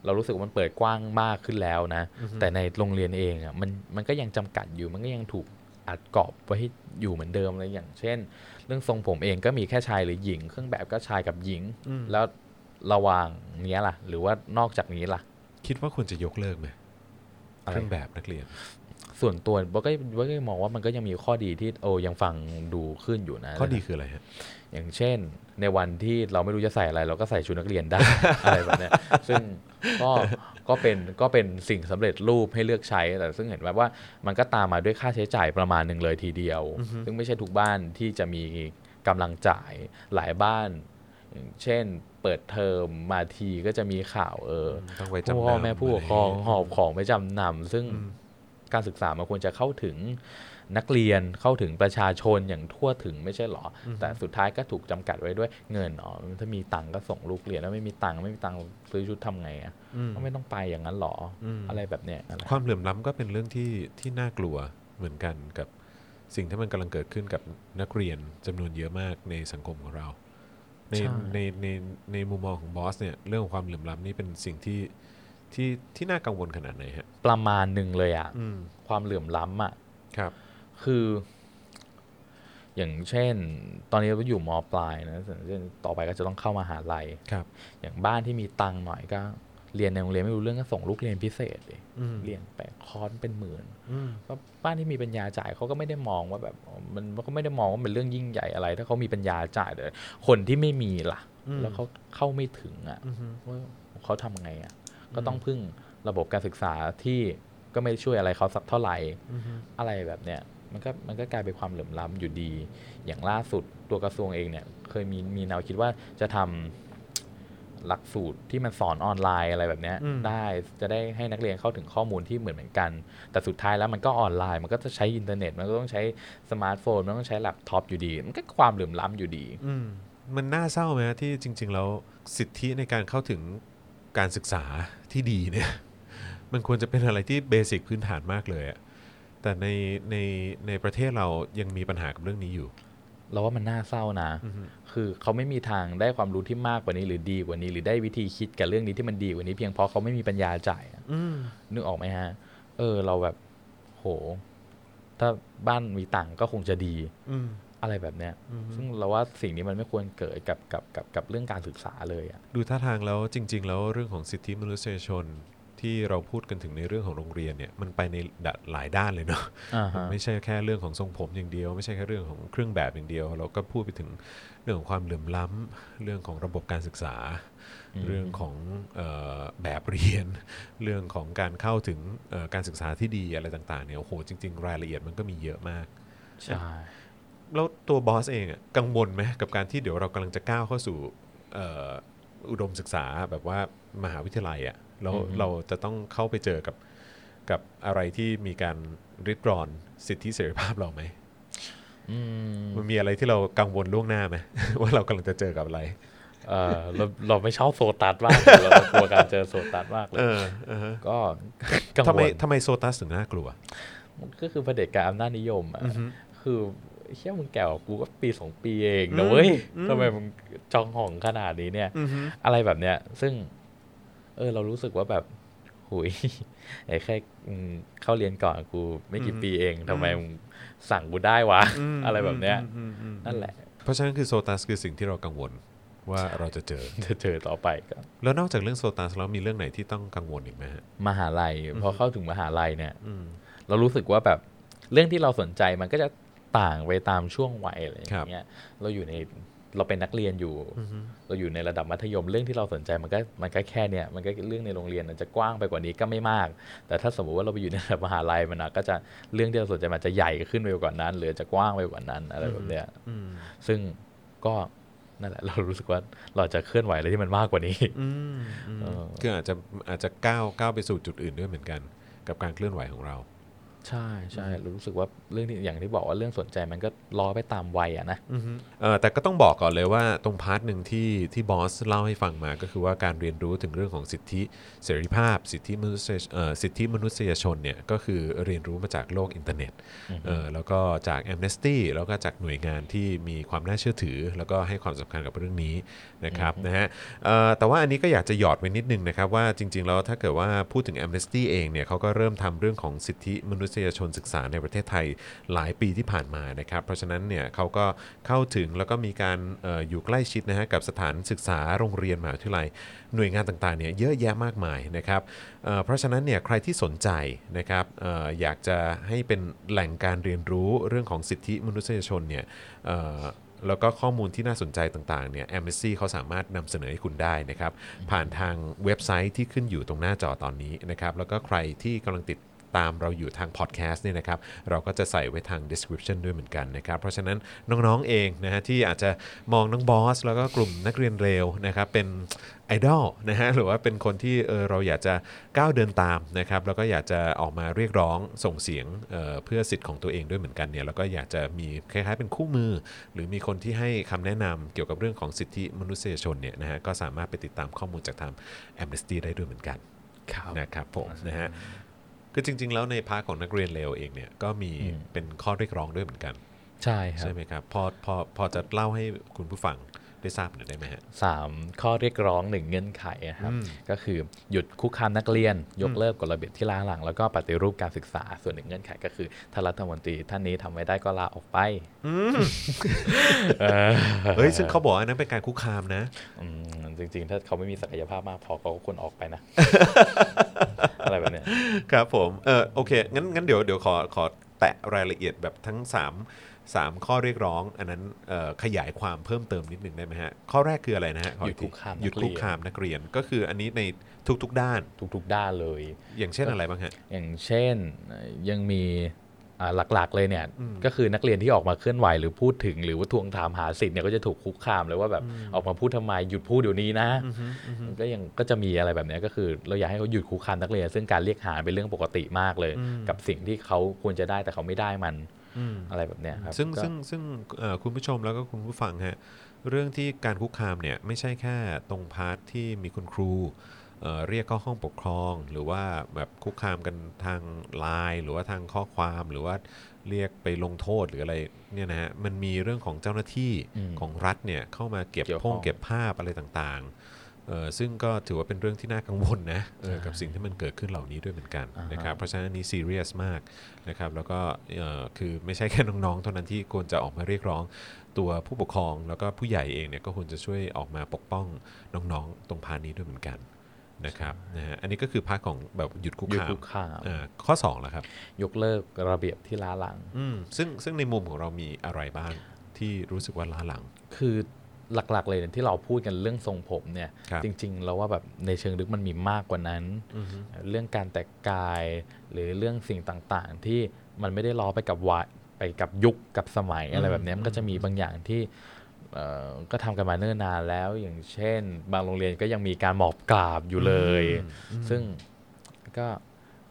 Speaker 2: เรารู้สึกว่ามันเปิดกว้างมากขึ้นแล้วนะ แต่ในโรงเรียนเองอ่ะมันมันก็ยังจำกัดอยู่มันก็ยังถูกอัดกรอบไว้ให้อยู่เหมือนเดิมเลยอย่างเช่น เรื่องทรงผมเองก็มีแค่ชายหรือหญิง เครื่องแบบก็ชายกับหญิง แล้วระหว่างเนี้ยล่ะ หรือว่านอกจากนี้ล่ะ
Speaker 1: คิดว่าควรจะยกเลิกไหม
Speaker 2: อะไร
Speaker 1: เครื่องแบบนักเรียน
Speaker 2: ส่วนตัวโบอกก็โบอกก็มองว่ามันก็ยังมีข้อดีที่โอยังฟังดูขึ้นอยู่นะ
Speaker 1: ข้อดีคืออะไรฮะ
Speaker 2: อย่างเช่น ในวันที่เราไม่รู้จะใส่อะไร เราก็ใส่ชุดนักเรียน
Speaker 1: [LAUGHS]
Speaker 2: ได้ อะไรแบบเนี้ยซึ่งก็ก็เป็นก็เป็นสิ่งสำเร็จรูปให้เลือกใช้แต่ซึ่งเห็นแบบว่ามันก็ตามมาด้วยค่าใช้จ่ายประมาณหนึ่งเลยทีเดียว ซึ่งไม่ใช่ทุกบ้านที่จะมีกำลังจ่ายหลายบ้านอย่างเช่น เปิดเทอมมาทีก็จะมีข่าวเออ
Speaker 1: ต้องไว้จำ
Speaker 2: พ่อแม่
Speaker 1: นำ
Speaker 2: ผู้ปกครอง
Speaker 1: ะไย่า
Speaker 2: หอบของไปจำนำซึ่งการศึกษามันควรจะเข้าถึง นักเรียนเข้าถึงประชาชนอย่างทั่วถึงไม่ใช่หรอ แต่สุดท้ายก็ถูกจำกัดไว้ด้วยเงินอ๋อถ้ามีตังค์ก็ส่งลูกเรียนแล้วไม่มีตังค์ไม่มีตังค์ซื้อชุดทำไงอ่ะก็ไม่ต้องไปอย่างนั้นหรอออะไรแบบเนี้ยนั่นแหละ
Speaker 1: ความเหลื่อมล้ำก็เป็นเรื่องที่ที่น่ากลัวเหมือนกันกับสิ่งที่มันกำลังเกิดขึ้นกับนักเรียนจำนวนเยอะมากในสังคมของเรา ในในในในมุมมองของบอสเนี่ยเรื่องของความเหลื่อมล้ำนี่เป็นสิ่งที่ที่ที่น่ากังวลขนาดไหนฮะ
Speaker 2: ประมาณหนึ่งเลยอ่ะ
Speaker 1: อืม
Speaker 2: ความเหลื่อมล้ำอ่ะ
Speaker 1: ครับ
Speaker 2: คือ อย่างเช่น ตอนนี้เราอยู่มปลายนะเช่นต่อไปก็จะต้องเข้ามหาลัย
Speaker 1: ครับ
Speaker 2: อย่างบ้านที่มีตังค์หน่อยก็ เรียนในโรงเรียนไม่รู้เรื่องก็ส่งลูกเรียนพิเศษดิ
Speaker 1: อืม
Speaker 2: เรียนแปะคอร์สเป็นหมื่น
Speaker 1: อืม
Speaker 2: ก็บ้านที่มีปัญญาจ่ายเขาก็ไม่ได้มองว่าแบบมันก็ไม่ได้มองว่าเป็นเรื่องยิ่งใหญ่อะไร ถ้าเขามีปัญญาจ่ายแต่คนที่ไม่มีล่ะ
Speaker 1: อืม
Speaker 2: แล้วเขาเข้าไม่ถึงอ่ะ
Speaker 1: อืมอืม
Speaker 2: ว่าเขาทำไงอ่ะก็ต้องพึ่งระบบการศึกษาที่ก็ไม่ได้ช่วยอะไรเขาสักเท่าไหร่
Speaker 1: อืมอืม
Speaker 2: อะไรแบบเนี้ยมันก็มันก็กลายเป็นความเหลื่อมล้ำอยู่ดี อย่างล่าสุดตัวกระทรวงเองเนี่ยเคยมีมีแนวคิดว่าจะทำหลักสูตรที่มันสอนออนไลน์อะไรแบบเนี้ย
Speaker 1: อืม
Speaker 2: ได้จะได้ให้นักเรียนเข้าถึงข้อมูลที่เหมือนเหมือนกัน แต่สุดท้ายแล้วมันก็ออนไลน์ มันก็จะใช้อินเทอร์เน็ต มันก็ต้องใช้สมาร์ทโฟน มันต้องใช้แล็ปท็อปอยู่ดี มันก็ความเหลื่อมล้ำอยู่ดี
Speaker 1: อืมมันน่าเศร้าไหมฮะที่จริง ๆ แล้วสิทธิในการเข้าถึงการศึกษาที่ดีเนี่ย [LAUGHS] มันควรจะเป็นอะไรที่เบสิกพื้นฐานมากเลยอะแต่ในในในประเทศเรายังมีปัญหากับเรื่องนี้อยู่
Speaker 2: เราว่ามันน่าเศร้านะ คือเขาไม่มีทางได้ความรู้ที่มากกว่านี้หรือดีกว่านี้ หรือได้วิธีคิดกับเรื่องนี้ที่มันดีกว่านี้เพียงเพราะเขาไม่มีปัญญาจ่ายอะ
Speaker 1: อืม
Speaker 2: นึกออกไหมฮะ เออ เราแบบโห ถ้าบ้านมีตังค์ก็คงจะดี
Speaker 1: อืม
Speaker 2: อะไรแบบเนี้ย
Speaker 1: อืม
Speaker 2: ซึ่งเราว่าสิ่งนี้มันไม่ควรเกิดกับกับกับกับเรื่องการศึกษาเลยอะ
Speaker 1: ดูท่าทางแล้วจริง ๆ แล้วเรื่องของสิทธิมนุษยชนที่เราพูดกันถึงในเรื่องของโรงเรียนเนี่ยมันไปในหลายด้านเลยเนาะ
Speaker 2: อ่า
Speaker 1: มัน
Speaker 2: ฮะ
Speaker 1: ไม่ใช่แค่เรื่องของทรงผมอย่างเดียว ไม่ใช่แค่เรื่องของเครื่องแบบอย่างเดียว เราก็พูดไปถึงเรื่องของความเหลื่อมล้ำเรื่องของระบบการศึกษา
Speaker 2: อืม
Speaker 1: เรื่องของเออแบบเรียน เรื่องของการเข้าถึงเอ่อการศึกษาที่ดีอะไรต่างๆเนี่ยโอ้โหจริง ๆ รายละเอียดมันก็มีเยอะมาก
Speaker 2: ใช่
Speaker 1: แล้วตัวบอสเองอะกังวลไหมกับการที่เดี๋ยวเรากำลังจะก้าวเข้าสู่เอ่ออุดมศึกษาแบบว่ามหาวิทยาลัยอะแล้วเราจะต้องเข้าไปเจอกับกับอะไรที่มีการริดรอนสิทธิเสรีภาพเราไหม
Speaker 2: อืม
Speaker 1: มันมีอะไรที่เรากังวลล่วงหน้าไหม [LAUGHS] ว่าเรากำลังจะเจอกับอะไร
Speaker 2: เออเราเราไม่ชอบโซตัสมากเลยเราเรากลัวการเจอโซตัสมากเลย
Speaker 1: เออเออฮะ
Speaker 2: ก็ [LAUGHS] กัง
Speaker 1: ทำ
Speaker 2: ว
Speaker 1: ไม
Speaker 2: ล
Speaker 1: ทำไมโซตัสถึงน่ากลัว
Speaker 2: ก็คือประเผด็จการอำนาจนิยมอ่ะ
Speaker 1: อือฮึ
Speaker 2: คือเชี่ยมึงแก่กว่ากูก็ปีสองปีเอง
Speaker 1: อื
Speaker 2: นะ
Speaker 1: ม
Speaker 2: เว้ย
Speaker 1: อืม
Speaker 2: ทำไมมึงจองห่องขนาดนี้เนี่ย
Speaker 1: อือฮึ
Speaker 2: อะไรแบบเนี้ย ซึ่ง เออ เรารู้สึกว่าแบบ หุย [LAUGHS] ไอ้แค่อืมเข้าเรียนก่อนกูไม่กี่ปีเองทำไมมึงสั่งกูได้วะ อะไรแบบเนี้ย
Speaker 1: อืมอืมอืม
Speaker 2: นั่นแหละ
Speaker 1: เพราะฉะนั้นคือโซตัสคือสิ่งที่เรากังวลว่าเราจะเจอ
Speaker 2: จะเจอต่อไปก็
Speaker 1: แล้วนอกจากเรื่องโซตัสแล้วมีเรื่องไหนที่ต้องกังวลอีกไหมฮะ
Speaker 2: มหาลัยพอเข้าถึงมหาลัยเนี่ย
Speaker 1: อืม
Speaker 2: เรารู้สึกว่าแบบเรื่องที่เราสนใจมันก็จะต่างไปตามช่วงวัยอะไรอย่างเงี้ยเราอยู่ในเราเป็นนักเรียนอยู่ เราอยู่ในระดับมัธยมเรื่องที่เราสนใจมันก็มันก็แค่เนี่ยมันก็เรื่องในโรงเรียนมันจะกว้างไปกว่านี้ก็ไม่มาก แต่ถ้าสมมติว่าเราไปอยู่ในระดับมหาลัยมันอะก็จะเรื่องที่เราสนใจมันจะใหญ่ขึ้นไปกว่านั้น หรือจะกว้างไปกว่านั้นอะไรแบบเนี้ย
Speaker 1: อืม
Speaker 2: ซึ่งก็นั่นแหละ เรารู้สึกว่าเราจะเคลื่อนไหวอะไรที่มันมากกว่านี้
Speaker 1: อืมอืม
Speaker 2: เออ
Speaker 1: คืออาจจะอาจจะก้าวก้าวไปสู่จุดอื่นด้วยเหมือนกัน กับการเคลื่อนไหวของเรา
Speaker 2: ใช่ใช่เรารู้สึกว่าเรื่องที่อย่างที่บอกว่าเรื่องสนใจมันก็ล้อไปตามวัยอะนะ
Speaker 1: เอ่อแต่ก็ต้องบอกก่อนเลยว่าตรงพาร์ทหนึ่งที่ที่บอสเล่าให้ฟังมาก็คือว่าการเรียนรู้ถึงเรื่องของสิทธิเสรีภาพ สิทธิมนุษยเอ่อสิทธิมนุษยชนเนี่ยก็คือเรียนรู้มาจากโลกอินเทอร์เน็ตเอ่อแล้วก็จาก Amnesty แล้วก็จากหน่วยงานที่มีความน่าเชื่อถือ แล้วก็ให้ความสำคัญกับเรื่องนี้นะครับนะฮะเอ่อแต่ว่าอันนี้ก็อยากจะหยอดไว้นิดนึงนะครับว่าจริงๆแล้วถ้าเกิดว่าพูดถึง Amnesty เองเนี่ยเขาก็เริ่มทำเรื่องของสิทธิมนุษยชนศึกษาในประเทศไทยหลายปีที่ผ่านมานะครับเพราะฉะนั้นเนี่ยเขาก็เข้าถึงแล้วก็มีการเอออยู่ใกล้ชิดนะฮะกับสถานศึกษาโรงเรียนมหาวิทยาลัยหน่วยงานต่างๆเนี่ยเยอะแยะมากมายนะครับเอ่อเพราะฉะนั้นเนี่ยใครที่สนใจนะครับเอออยากจะให้เป็นแหล่งการเรียนรู้เรื่องของสิทธิมนุษยชนเนี่ยเอ่อ แล้วก็ข้อมูลที่น่าสนใจต่างๆเนี่ย a m n e s t y เขาสามารถนำเสนอให้คุณได้นะครับ ผ่านทางเว็บไซต์ที่ขึ้นอยู่ตรงหน้าจอตอนนี้นะครับ แล้วก็ใครที่กำลังติดตามเราอยู่ทางพอดแคสต์เนี่ยนะครับ เราก็จะใส่ไว้ทาง description ด้วยเหมือนกันนะครับ เพราะฉะนั้นน้องๆเองนะฮะที่อาจจะมองน้องบอส แล้วก็กลุ่มนักเรียนเร็วนะครับเป็น ไอดอลนะฮะหรือว่าเป็นคนที่เออเราอยากจะก้าวเดินตามนะครับแล้วก็อยากจะออกมาเรียกร้องส่งเสียงเอ่อเพื่อสิทธิ์ของตัวเองด้วยเหมือนกันเนี่ยแล้วก็อยากจะมีคล้ายๆเป็นคู่มือ หรือมีคนที่ให้คำแนะนำเกี่ยวกับเรื่องของสิทธิมนุษยชนเนี่ยนะฮะก็สามารถไปติดตามข้อมูลจากทาง Amnesty ได้ด้วยเหมือนกัน นะครับผมนะฮะคือจริง ๆ แล้วในพาร์ทของนักเรียนเลวเองเนี่ยก็มี
Speaker 2: อืม
Speaker 1: เป็นข้อเรียกร้องด้วยเหมือนกัน
Speaker 2: ใช่ครับ
Speaker 1: ใช่ไหมครับพอพอพอจะเล่าให้คุณผู้ฟัง ได้ ได้ทราบหน่อยได้ไหมฮะ
Speaker 2: สามข้อเรียกร้องหนึ่งเงื่อนไขนะครับ
Speaker 1: อืม
Speaker 2: ก็คือหยุดคุกคามนักเรียน ยกเลิกกฎระเบียบที่ล้าหลัง แล้วก็ปฏิรูปการศึกษาส่วนหนึ่งเงื่อนไขก็คือถ้ารัฐมนตรีท่านนี้ทำไม่ได้ก็ลาออกไป
Speaker 1: ม
Speaker 2: เออ
Speaker 1: เฮ้ยซึ่งเขาบอกว่าอันนั้นเป็นการคุกคามนะ
Speaker 2: อืมจริงๆ ถ้าเขาไม่มีศักยภาพมากพอเขาก็ควรออกไปนะ [LAUGHS] อะไรแบบเนี้ย
Speaker 1: ครับผมเออโอเคงั้นงั้นเดี๋ยวเดี๋ยวขอขอแตะรายละเอียดแบบทั้งสามสามข้อเรียกร้อง อันนั้นเอ่อขยายความเพิ่มเติมนิดหนึ่งได้ไหมฮะ ข้อแรกคืออะไรนะฮะขออี
Speaker 2: หยุดคุกคามนั
Speaker 1: ห
Speaker 2: กเรียน
Speaker 1: ยุดคุกคามนักเรียนก็คืออันนี้ในทุกๆด้าน
Speaker 2: ทุกๆด้านเลย
Speaker 1: อย่างเช่นอะไรบ้างฮะ
Speaker 2: อย่างเช่นเอ่อยังมีอ่าหลักๆเลยเนี่ย
Speaker 1: อืม
Speaker 2: ก็คือนักเรียนที่ออกมาเคลื่อนไหวหรือพูดถึงหรือว่าทวงถามหาสิทธิ์เนี่ยก็จะถูกคุกคามเลยว่าแบบออกมาพูดทำไมหยุดพูดเดี๋ยวนี้นะก็ยังก็จะมีอะไรแบบเนี้ยก็คือเราอยากให้เขาหยุดคุกคามนักเรียน ซึ่งการเรียกหาเป็นเรื่องปกติมากเลย
Speaker 1: อืม
Speaker 2: กับสิ่งที่เขาควรจะได้แต่เขาไม่ได้มัน
Speaker 1: อืม
Speaker 2: อะไรแบบเนี้ยครับ
Speaker 1: ซึ่ง
Speaker 2: ก็
Speaker 1: ซึ่งซึ่งเอ่อคุณผู้ชมแล้วก็คุณผู้ฟังฮะเรื่องที่การคุกคามเนี่ยไม่ใช่แค่ตรงพาร์ทที่มีคุณครูเอ่อเรียกเข้าห้องปกครอง หรือว่าแบบคุกคามกันทางไลน์หรือว่าทางข้อความหรือว่าเรียกไปลงโทษหรืออะไรเนี่ยนะฮะมันมีเรื่องของเจ้าหน้าที่
Speaker 2: อืม
Speaker 1: ของรัฐเนี่ยเข้ามาเก็บ
Speaker 2: เกี่ยวข้
Speaker 1: พ่
Speaker 2: อง ง
Speaker 1: เก็บภาพอะไรต่างๆเอ่อซึ่งก็ถือว่าเป็นเรื่องที่น่ากังวลนะเออกับสิ่งที่มันเกิดขึ้นเหล่านี้ด้วยเหมือนกันนะครับ เพราะฉะนั้นอันนี้ซีเรียสมากนะครับแล้วก็เอ่อคือไม่ใช่แค่น้องๆ เท่านั้นที่ควรจะออกมาเรียกร้องตัวผู้ปกครอง แล้วก็ผู้ใหญ่เองเนี่ยก็ควรจะช่วยออกมาปกป้องน้องๆ ตรงพาร์ทนี้ด้วยเหมือนกันนะครับนะฮะอันนี้ก็คือพาร์ทของแบบหยุดคุก
Speaker 2: หยุด
Speaker 1: คาม
Speaker 2: คุกคาม
Speaker 1: เอ่อข้อ2แล้วครับ
Speaker 2: ยกเลิกระเบียบที่ล้าหลัง
Speaker 1: อืมซึ่งซึ่งในมุมของเรามีอะไรบ้างที่รู้สึกว่าล้าหลัง
Speaker 2: คือหลักๆเลยเนี่ยที่เราพูดกันเรื่องทรงผมเนี่ย
Speaker 1: ครับ
Speaker 2: จริงๆเราว่าแบบในเชิงลึกมันมีมากกว่านั้น
Speaker 1: อือฮึ
Speaker 2: เรื่องการแต่งกายหรือเรื่องสิ่งต่างๆ ที่มันไม่ได้ล้อไปกับวัยไปกับยุคกับสมัยอะไรแบบเนี้ยมันก็จะมีบางอย่างที่เอ่อก็ทำกันมาเนิ่นนานแล้วอย่างเช่น บางโรงเรียนก็ยังมีการหมอบกราบอยู่เลย ซึ่งก็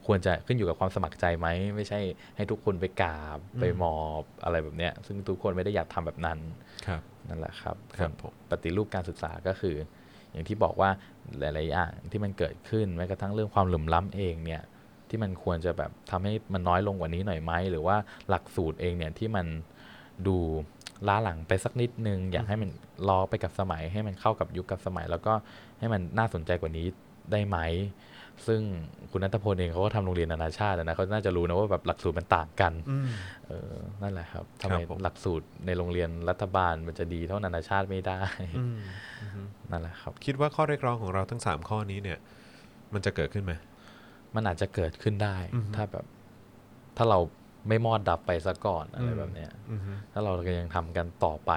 Speaker 2: ควรจะขึ้นอยู่กับความสมัครใจไหมไม่ใช่ให้ทุกคนไปกราบไป
Speaker 1: อืม
Speaker 2: หมอบอะไรแบบเนี้ยซึ่งทุกคนไม่ได้อยากทำแบบนั้น
Speaker 1: ครับ
Speaker 2: นั่นแหละครับ
Speaker 1: ครับ
Speaker 2: ส่วน
Speaker 1: ผม
Speaker 2: ปฏิรูปการศึกษาก็คือ อย่างที่บอกว่าหลายๆอย่างที่มันเกิดขึ้นแม้กระทั่งเรื่องความเหลื่อมล้ำเองเนี่ยที่มันควรจะแบบทำให้มันน้อยลงกว่านี้หน่อยไหมหรือว่าหลักสูตรเองเนี่ยที่มันดูล้าหลังไปสักนิดนึง อยากให้มันล้อไปกับสมัย ให้มันเข้ากับยุคกับสมัย แล้วก็ให้มันน่าสนใจกว่านี้ได้ไหม ซึ่งคุณนัทพลเองเขาก็ทำโรงเรียนนานาชาตินะเขาน่าจะรู้นะว่าแบบหลักสูตรมันต่างกัน เออนั่นแหละครับทำ
Speaker 1: ครับ
Speaker 2: ไม
Speaker 1: ผม
Speaker 2: หลักสูตรในโรงเรียนรัฐบาลมันจะดีเท่านานาชาติไม่ได้ [LAUGHS] นั่นแหละครับ
Speaker 1: คิดว่าข้อเรียกร้องของเราทั้ง 3 ข้อนี้เนี่ยมันจะเกิดขึ้นไหม
Speaker 2: มันอาจจะเกิดขึ้นได้
Speaker 1: อือฮึ
Speaker 2: ถ้าแบบ ถ้าเราไม่มอดดับไปซะก่อนอะไรแบบเนี้ย
Speaker 1: อือฮึ
Speaker 2: ถ้าเราก็ยังทำกันต่อไป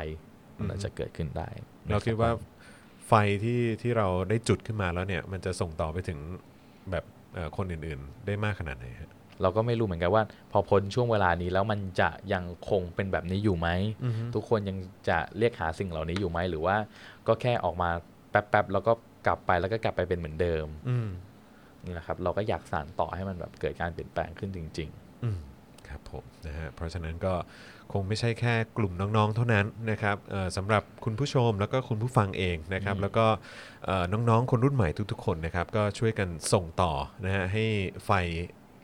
Speaker 1: อื
Speaker 2: มั
Speaker 1: อฮึ
Speaker 2: นอาจจะเกิดขึ้นได้
Speaker 1: เราคิดว่า
Speaker 2: ในสังม
Speaker 1: ไฟที่ที่เราได้จุดขึ้นมาแล้วเนี่ย มันจะส่งต่อไปถึงแบบเอ่อคนอื่นๆ ได้มากขนาดไหนฮะ
Speaker 2: เราก็ไม่รู้เหมือนกันว่า พอพ้นช่วงเวลานี้แล้วมันจะยังคงเป็นแบบนี้อยู่ไหม ทุกคนยังจะเรียกหาสิ่งเหล่านี้อยู่ไหม หรือว่า ก็แค่ออกมาแป๊บๆแล้วก็กลับไปแล้วก็กลับไปเป็นเหมือนเดิม
Speaker 1: อืม
Speaker 2: นี่แหละครับเราก็อยากสานต่อให้มันแบบเกิดการเปลี่ยนแปลงขึ้นจริง
Speaker 1: อืมครับผมนะฮะเพราะฉะนั้นก็คงไม่ใช่แค่กลุ่มน้องๆ เท่านั้นนะครับเอ่อสำหรับคุณผู้ชมแล้วก็คุณผู้ฟังเองนะครับ แล้วก็เอ่อน้องๆ คนรุ่นใหม่ทุกๆ คนนะครับ ก็ช่วยกันส่งต่อนะฮะให้ไฟ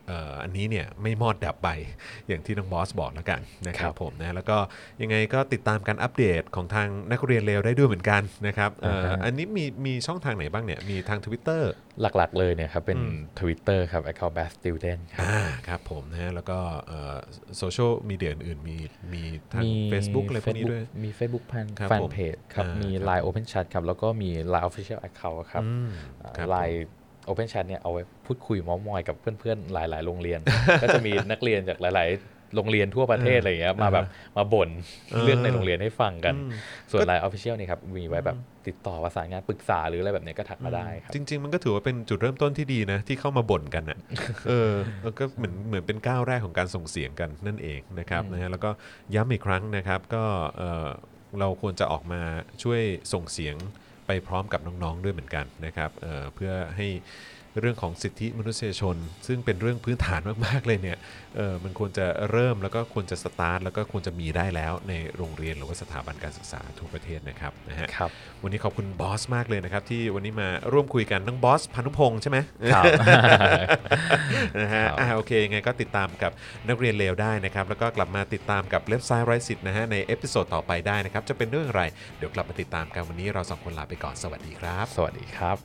Speaker 1: เอ่ออันนี้เนี่ยไม่มอดดับไป [LAUGHS] อย่างที่น้องบอสบอกแล้วกันนะครั
Speaker 2: ครับ บ
Speaker 1: ผมนะแล้วก็ยังไงก็ติดตามการอัปเดตของทางนักเรียนเลวได้ด้วยเหมือนกันนะครับเอ่ออันนี้มีมีช่องทางไหนบ้างเนี่ย มีทาง Twitter
Speaker 2: ๆ หลักๆเลยเนี่ยครับ เป็น Twitter ครับ account best student ครับ
Speaker 1: อ่าครับผมนะฮะแล้วก็โซเชียลมีเดียอื่นๆมีมีทาง
Speaker 2: มี
Speaker 1: Facebook อะไรพวกนี้ด้วย
Speaker 2: มี Facebook พัน
Speaker 1: ครับ
Speaker 2: แฟน
Speaker 1: ผม
Speaker 2: เพจครับ
Speaker 1: อ่ามี
Speaker 2: มี Line Open Chat ครับ แล้วก็มี Line Official Account ครับ
Speaker 1: อืม
Speaker 2: อ่า
Speaker 1: ครับ
Speaker 2: Line Open Chat เนี่ยเอาไว้พูดคุยเมอมอยกับเพื่อนๆ หลายๆ โรงเรี
Speaker 1: [LAUGHS]
Speaker 2: ยน ก็จะมีนักเรียนจากหลาย ๆ โรงเรียนทั่วประเทศอะไรอย่างเงี้ยมาแบบมาบ่นเรื่องในโรงเรียนให้ฟังกัน ส่วน Line Official นี่ครับมีไว้แบบติดต่อประสานงานปรึกษาหรืออะไรแบบเนี้ยก็ทักมาได้ครับ
Speaker 1: จริง ๆ มันก็ถือว่าเป็นจุดเริ่มต้นที่ดีนะที่เข้ามาบ่นกัน
Speaker 2: [LAUGHS]
Speaker 1: น่ะ เออแล้วก็เหมือนเหมือนเป็นก้าวแรกของการส่งเสียงกันนั่นเองนะครับนะฮะแล้วก็ย้ำอีกครั้งนะครับก็เออเราควรจะออกมาช่วยส่งเสียงไปพร้อมกับน้องๆด้วยเหมือนกันนะครับเออเพื่อให้ เรื่องของสิทธิมนุษยชน ซึ่งเป็นเรื่องพื้นฐานมากๆเลยเนี่ยเออมันควรจะเริ่มแล้วก็ควรจะสตาร์ทแล้วก็ควรจะมีได้แล้วในโรงเรียนหรือว่าสถาบันการศึกษาทั่วประเทศนะครับนะฮะ
Speaker 2: ครับ
Speaker 1: วันนี้ขอบคุณบอสมากเลยนะครับ ที่วันนี้มาร่วมคุยกันน้องบอสพานุพงศ์ใช่ไหม
Speaker 2: ครับ
Speaker 1: นะฮะอ่าโอเคยังไงก็ติดตามกับนักเรียนเลวได้นะครับ แล้วก็กลับมาติดตามกับเล็บซ้ายไร้สิทธิ์นะฮะในเอพิโซดต่อไปได้นะครับ จะเป็นเรื่องอะไร เดี๋ยวกลับมาติดตามกันวันนี้เราสองคนลาไปก่อนสวัสดีครับ
Speaker 2: [LAUGHS] สวัสดีครับ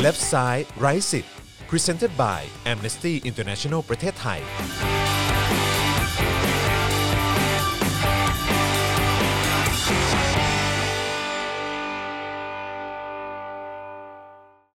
Speaker 1: เล็บซ้ายไร้สิทธิ์ Presented by Amnesty International ประเทศไทย